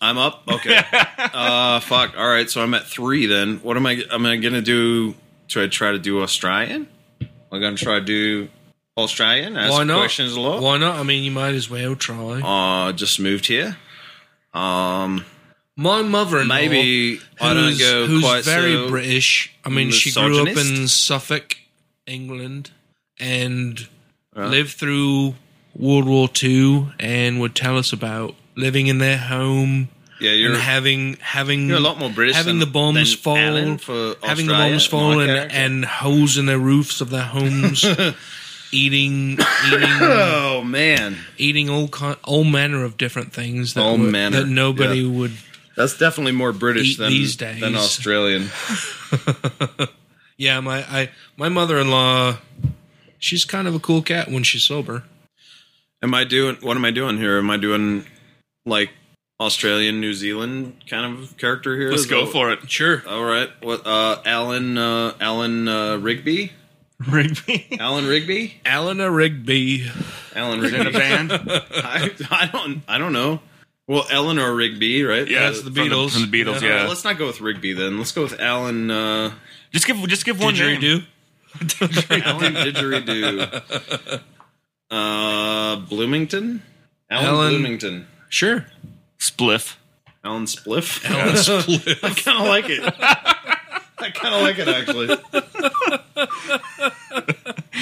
D: I'm up. Okay. uh, fuck. All right. So I'm at three. Then what am I? I'm gonna do. Should I try to do Australian? I'm gonna try to do Australian. Ask
C: Why not?
D: questions a lot.
C: Why not? I mean, you might as well try.
D: Uh, just moved here. Um,
C: my mother in
D: maybe I don't
C: who's,
D: go
C: who's
D: quite
C: very
D: so
C: British. I mean, she grew up
D: misogynist.
C: in Suffolk, England, and
D: Right.
C: lived through World War Two, and would tell us about living in their home.
D: Yeah, you're-
C: and having having
D: you're a lot more British
C: having
D: than-
C: the bombs
D: than
C: fall,
D: Alan for
C: having the
D: Australia,
C: bombs
D: my
C: fall, and,
D: character.
C: and holes in the roofs of their homes, eating, eating,
D: oh man,
C: eating all kind, all manner of different things that
D: All
C: were-
D: manner,
C: that nobody
D: yeah.
C: would
D: That's definitely more British
C: eat
D: than
C: these days.
D: than Australian.
C: Yeah, my I my mother in law, she's kind of a cool cat when she's sober.
D: Am I doing? What am I doing here? Am I doing like Australian, New Zealand kind of character here?
A: Let's
D: Is
A: go
D: that-
A: for it.
C: Sure.
D: All right. What? Uh, Alan. Uh, Alan uh, Rigby.
A: Rigby.
D: Alan Rigby.
C: Alana Rigby.
D: Alan
A: Is
D: Rigby.
A: that a band?
D: I, I don't. I don't know. Well, Eleanor Rigby, right?
A: Yeah, it's the
D: from
A: Beatles. From the Beatles, yeah.
D: Let's not go with Rigby then. Let's go with Alan. Uh,
A: just give. Just give one name.
C: Didgeridoo?
D: Alan Didgeridoo. Uh, Bloomington. Alan,
C: Alan-
D: Bloomington.
C: Sure.
A: Spliff.
D: Alan Spliff.
C: Alan Spliff.
D: I kind of like it. I kind of like it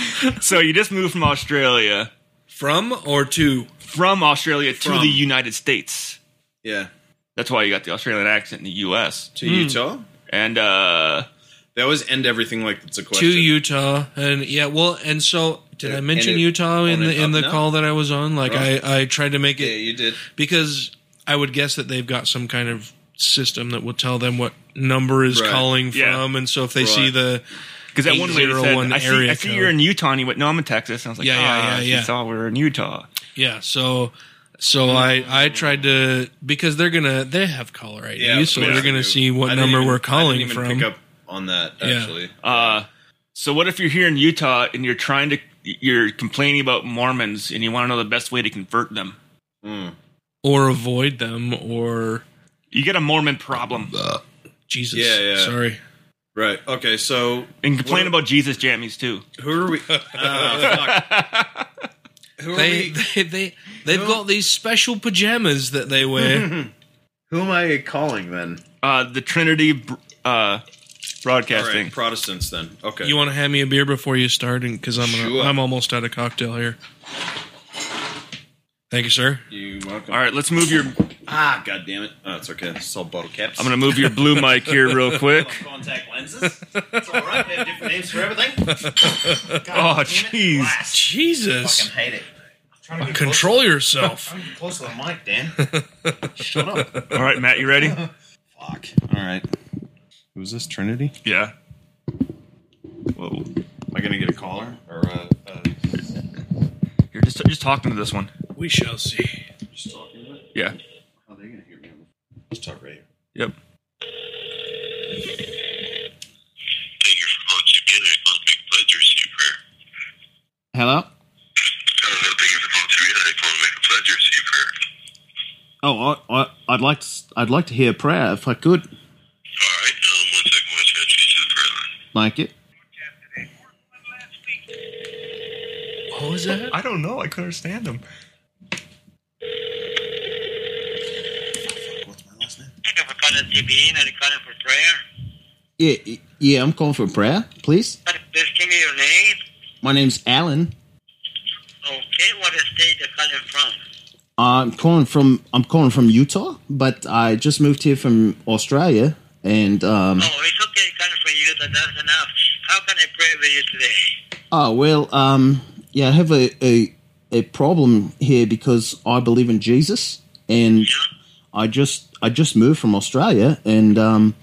D: actually.
A: so you just moved from Australia.
C: From or to?
A: From Australia to
D: From.
A: the United States.
D: Yeah.
A: That's why you got the Australian accent in the U.S.
D: To Utah.
A: And uh,
D: They always end everything like it's a question.
C: To Utah, and yeah, well, and so did I
D: And
C: mention
D: it-
C: Utah
D: on
C: in the
D: it
C: in
D: up
C: the
D: now?
C: call that I was on? Like
D: Right.
C: I I tried to make
D: Yeah,
C: it
D: you did.
C: because I would guess that they've got some kind of system that will tell them what number is
D: Right.
C: calling
A: Yeah.
C: from, and so if they see
D: Right.
C: the
A: because that one lady said,
C: 801
A: "I see,
C: area
A: I see
C: code.
A: you're in Utah." And he went, "No, I'm in Texas." And I was like,
C: Yeah,
A: "Yeah,
C: yeah,
A: yeah,
C: yeah,
A: She
C: yeah.
A: saw we were in Utah.
C: Yeah, so so I I tried to because they're gonna they have caller IDs,
D: Yeah, of
C: so
D: course
C: they're
D: they
C: gonna
D: do.
C: see what
D: I didn't
C: number
D: even-
C: we're
D: I
C: calling
D: didn't even
C: from.
D: Pick up on that
C: Yeah.
D: actually.
A: Uh, so what if you're here in Utah and you're trying to you're complaining about Mormons and you want to know the best way to convert them?
D: Mm.
C: or avoid them, or
A: You get a Mormon problem
C: Jesus,
D: Yeah, yeah.
C: sorry,
D: Right. Okay. So
A: and complain
D: What-
A: about Jesus jammies too.
D: who are we? Oh, Ah, fuck. Who are
C: they,
D: we?
C: they they they've got these special pajamas that they wear.
D: Who am I calling then?
A: Uh, the Trinity br- uh,
D: All right,
A: broadcasting.
D: Protestants then. Okay.
C: you want to hand me a beer before you start, and because I'm gonna,
D: Sure.
C: I'm almost out of cocktail here. Thank you, sir.
D: You welcome.
A: All right, let's move your. I'm
D: Ah, god damn it. Oh, it's okay. It's all bottle caps.
A: gonna move your blue mic here real quick.
D: contact lenses. It's all right. They have different names for everything.
A: Oh jeez.
C: Jesus,
D: hate it.
C: control yourself.
D: I'm close to the mic, Dan.
A: All right, Matt, you ready?
D: Fuck. All right. Who's this? Trinity?
A: Yeah. Whoa.
D: Am I gonna get a caller or a? a
A: You're just just talking to this one.
C: we shall see.
D: just talking to it?
A: Yeah.
D: How are they gonna hear me? on the- Let's talk right here.
A: Yep.
B: Thank you for pulling together. It must make pleasure to you, prayer.
K: Hello?
B: Hello, thank you for pulling together. It must make a pleasure to you, prayer.
K: Oh, I, I, I'd like to, I'd like to hear a prayer if I could.
B: All right, um, one second, one second. She's to the prayer line.
K: Thank you.
C: What was that?
A: I don't know. I couldn't understand him.
E: Thank you for calling
L: E
E: CBN and calling for prayer.
K: Yeah, y- yeah, I'm calling for a prayer, please.
E: Please give me your name.
K: My name's Alan.
E: Okay, what state you're calling from?
K: I'm calling from I'm calling from Utah, but I just moved here from Australia, and um,
E: Oh, it's okay calling from you. That, that's enough. How can I pray with you today?
K: oh well, um, yeah, I have a, a a problem here because I believe in Jesus, and I just I just moved from Australia, and um,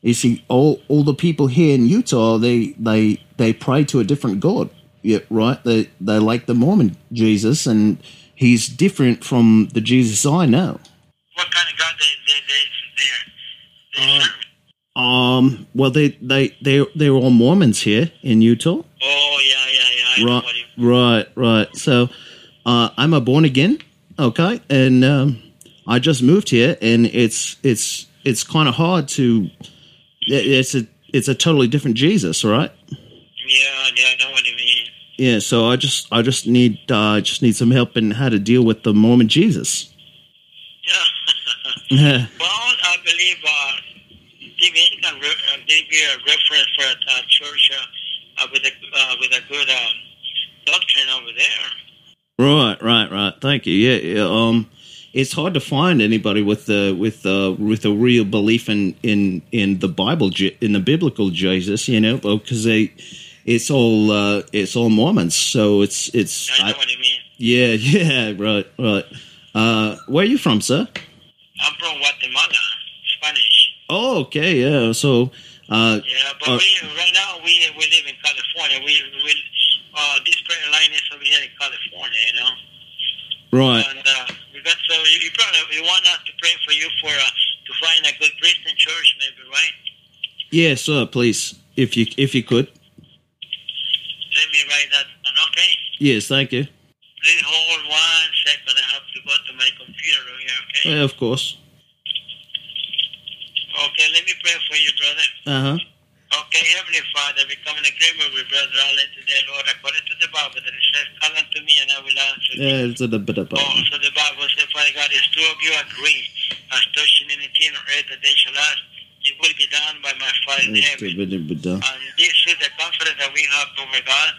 K: you see, all all the people here in Utah, they they they pray to a different God, yeah, right? They they like the Mormon Jesus, and he's different from the Jesus I know.
E: What kind of God they they they they, they serve?
K: Uh, Um. Well, they they they they're all Mormons here in Utah.
E: Oh yeah yeah yeah. I know
K: Right.
E: what you.
K: Right. Right. So, uh, I'm a born again. Okay, and um, I just moved here, and it's it's it's kind of hard to. it- It's a it's a totally different Jesus, right? Yeah, yeah, I know what you mean. Yeah, so I just I just need uh, just need some help in how to deal with the Mormon Jesus. Yeah.
L: Well, I believe uh, Steve Ingram re- uh, gave you a reference for a uh, church uh, uh, with a uh, with a good um, doctrine over there.
K: Right, right, right. Thank you. Yeah, yeah. Um, it's hard to find anybody with the with the with a real belief in in in the Bible Je- in the biblical Jesus. You know, because they, it's all uh, it's all Mormons. So it's it's. I know what you mean. Yeah, yeah, right, right. Uh, where are you from, sir?
L: I'm from Guatemala, Spanish.
K: Oh, okay, yeah. So, uh,
L: Yeah, but
K: uh,
L: we right now we we live in California. We we uh, this prayer line is over here in California, you know.
K: right.
L: And uh, we got so you, you probably you want us to pray for you for uh, to find a good Christian church, maybe, right?
K: Yeah, sir. Please, if you if you could.
L: Let me write that down, okay?
K: Yes, thank you.
L: Please hold one second. I have to go to my computer over here, okay?
K: Yeah, of course.
L: Okay, let me pray for you, brother.
K: Uh huh.
L: Okay, Heavenly Father, we come in agreement with Brother Allen today, Lord, according to the Bible that it says, Call unto me and I will answer thee.
K: Yeah, it's a little bit of.
L: Oh, so the Bible says, Father God, if two of you agree, as touching anything on earth that they shall ask, it will be done by my Father in
K: It's a
L: heaven.
K: little bit uh-huh. of-
L: And this is the confidence that we have, over God,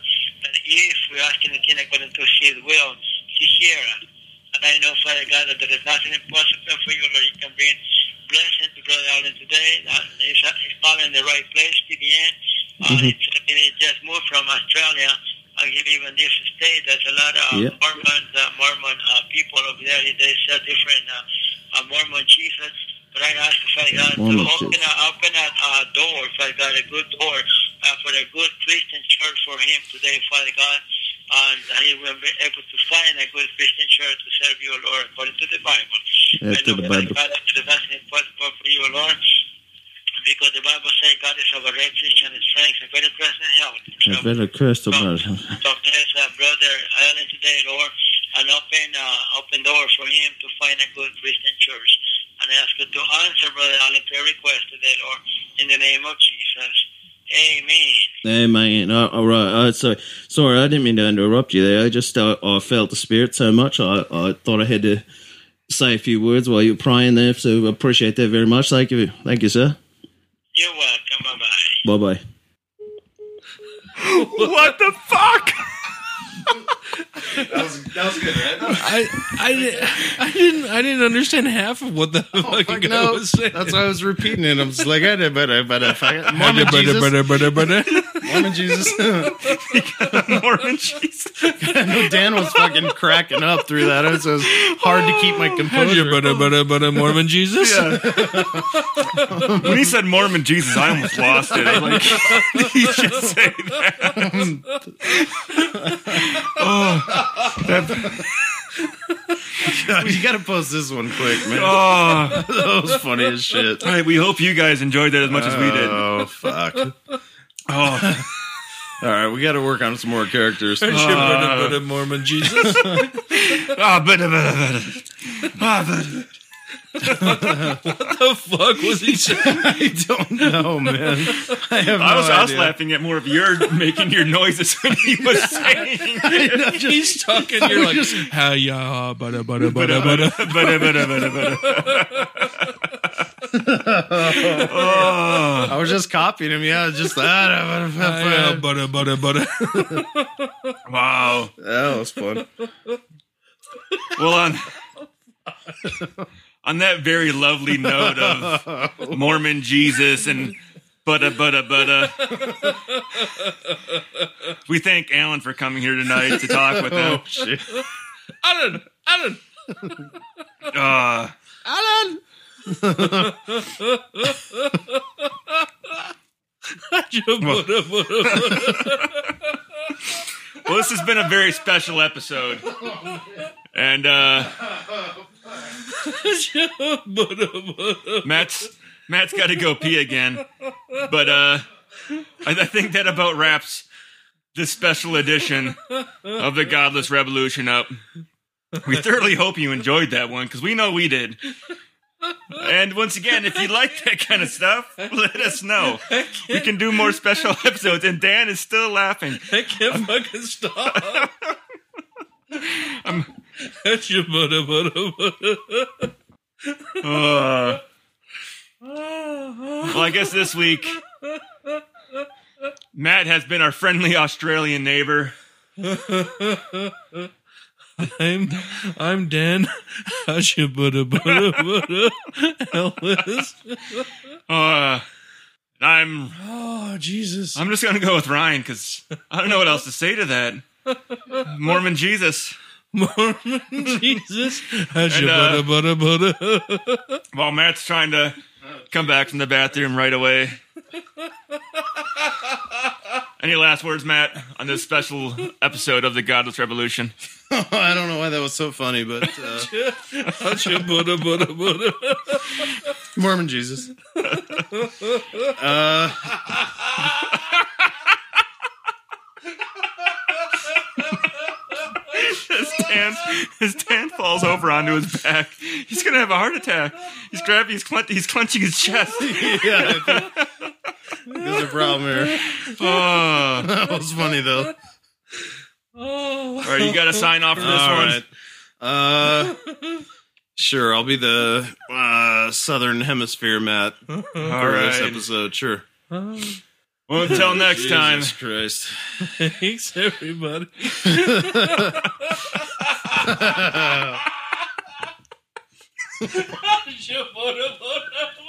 L: that if we ask anything according to His will, He hears us. And I know, Father God, that there is nothing impossible for you, Lord. You can bring blessing to Brother Allen today. That He's, he's not in the right place, TBN. Uh,
K: Mhm.
L: it's, he just moved from Australia. And he lives in this state. There's a lot of
K: Yep.
L: Mormon, uh, Mormon uh, people over there. They sell different uh, uh, Mormon Jesus. But I ask, Father God, to
K: Mormon
L: open
K: Jesus.
L: a, open a, a door, Father God, a good door uh, for a good Christian church for him today, Father God. And he will be able to find a good Christian church to serve you, Lord, according to the Bible.
K: Yeah, to the Bible.
L: God, there's nothing impossible for you, Lord. Because the Bible says God is our refuge and strength and very present help.
K: I've been accursed about.
L: So bless uh, Brother Allen today, Lord, and open uh, open door for him to find a good Christian church. And I ask you to answer Brother Allen prayer request today, Lord, in the name of Jesus. Amen.
K: Hey man, all, all right. Uh, so sorry, I didn't mean to interrupt you there. I just uh, I felt the spirit so much. I, I thought I had to say a few words while you were praying there. So appreciate that very much. Thank you, thank you, sir. You're welcome. Bye bye. Bye bye.
A: what the fuck?
D: That was, that was good, right?
C: I, I, di- I didn't I didn't understand half of what the fucking guy
M: no.
C: was saying.
M: That's why I was repeating it. I was like, I did better, better, fuck it. Mormon Jesus. Mormon Jesus.
A: Mormon Jesus.
M: I know Dan was fucking cracking up through that. It was, it was hard to keep
C: Oh,
M: my composure.
C: Better, better, better, Mormon Jesus.
A: when he said Mormon Jesus, I almost lost it. I'm like, he should say that.
M: oh, you got to post this one quick, man.
A: Oh.
M: that was funny as shit.
A: All right, we hope you guys enjoyed that as much as we did.
M: Oh fuck!
A: Oh,
M: all right, we got to work on some more characters. Uh,
A: Better, better,
C: Mormon Jesus.
A: Ah, but, but, but, ah, but.
C: what the fuck was he saying? I
M: don't know, man. I have
A: I was,
M: no
A: I was
M: idea.
A: laughing at more of your making your noises when he was saying it.
C: He's talking. You're like, how
M: Ah,
C: ya, butter, butter, butter, butter,
A: butter, butter, butter, butter. Oh.
M: I was just copying him. Yeah, just
C: Ah, yeah,
M: that.
C: butter, butter, butter.
A: wow,
D: Oh,
M: that was fun.
A: Well, on on that very lovely note of Mormon Jesus and butta butta butta, we thank Alan for coming here tonight to talk with
M: Oh,
A: him.
C: Alan, Alan,
A: Uh,
C: Alan.
A: well, well, this has been a very special episode, and uh, Matt's Matt's got to go pee again. But uh, I, I think that about wraps this special edition of the Godless Revolution up. We thoroughly hope you enjoyed that one because we know we did. And once again, if you like that kind of stuff, let us know. We can do more special episodes. And Dan is still laughing.
C: I can't fucking stop. That's your butter, butter, butter.
A: Uh, well, I guess this week Matt has been our friendly Australian neighbor.
C: I'm I'm Dan Hashibudabudabuda Ellis.
A: Uh, and I'm
C: Oh Jesus!
A: I'm just gonna go with Ryan because I don't know what else to say to that. Mormon Jesus.
C: Mormon Jesus.
A: And, uh,
C: Hashibudabudabuda.
A: while Matt's trying to come back from the bathroom right away. Any last words, Matt, on this special episode of the Godless Revolution?
D: I don't know why that was so funny, but uh, Mormon Jesus. Uh,
A: his tan, his tan falls over onto his back. He's gonna have a heart attack. He's grabbing, he's, clen- he's clenching his chest.
D: yeah, there's a problem here.
A: Oh.
D: that was funny though.
C: Oh.
A: All right, you gotta sign off for this
D: All
A: one.
D: right. Uh, sure, I'll be the uh, Southern Hemisphere Matt. All
A: right.
D: this episode, sure.
A: Well, until next
D: Jesus
A: time.
D: Christ.
C: Thanks, everybody.
D: Hashibudabudabuda.
C: Hashibudabudabuda.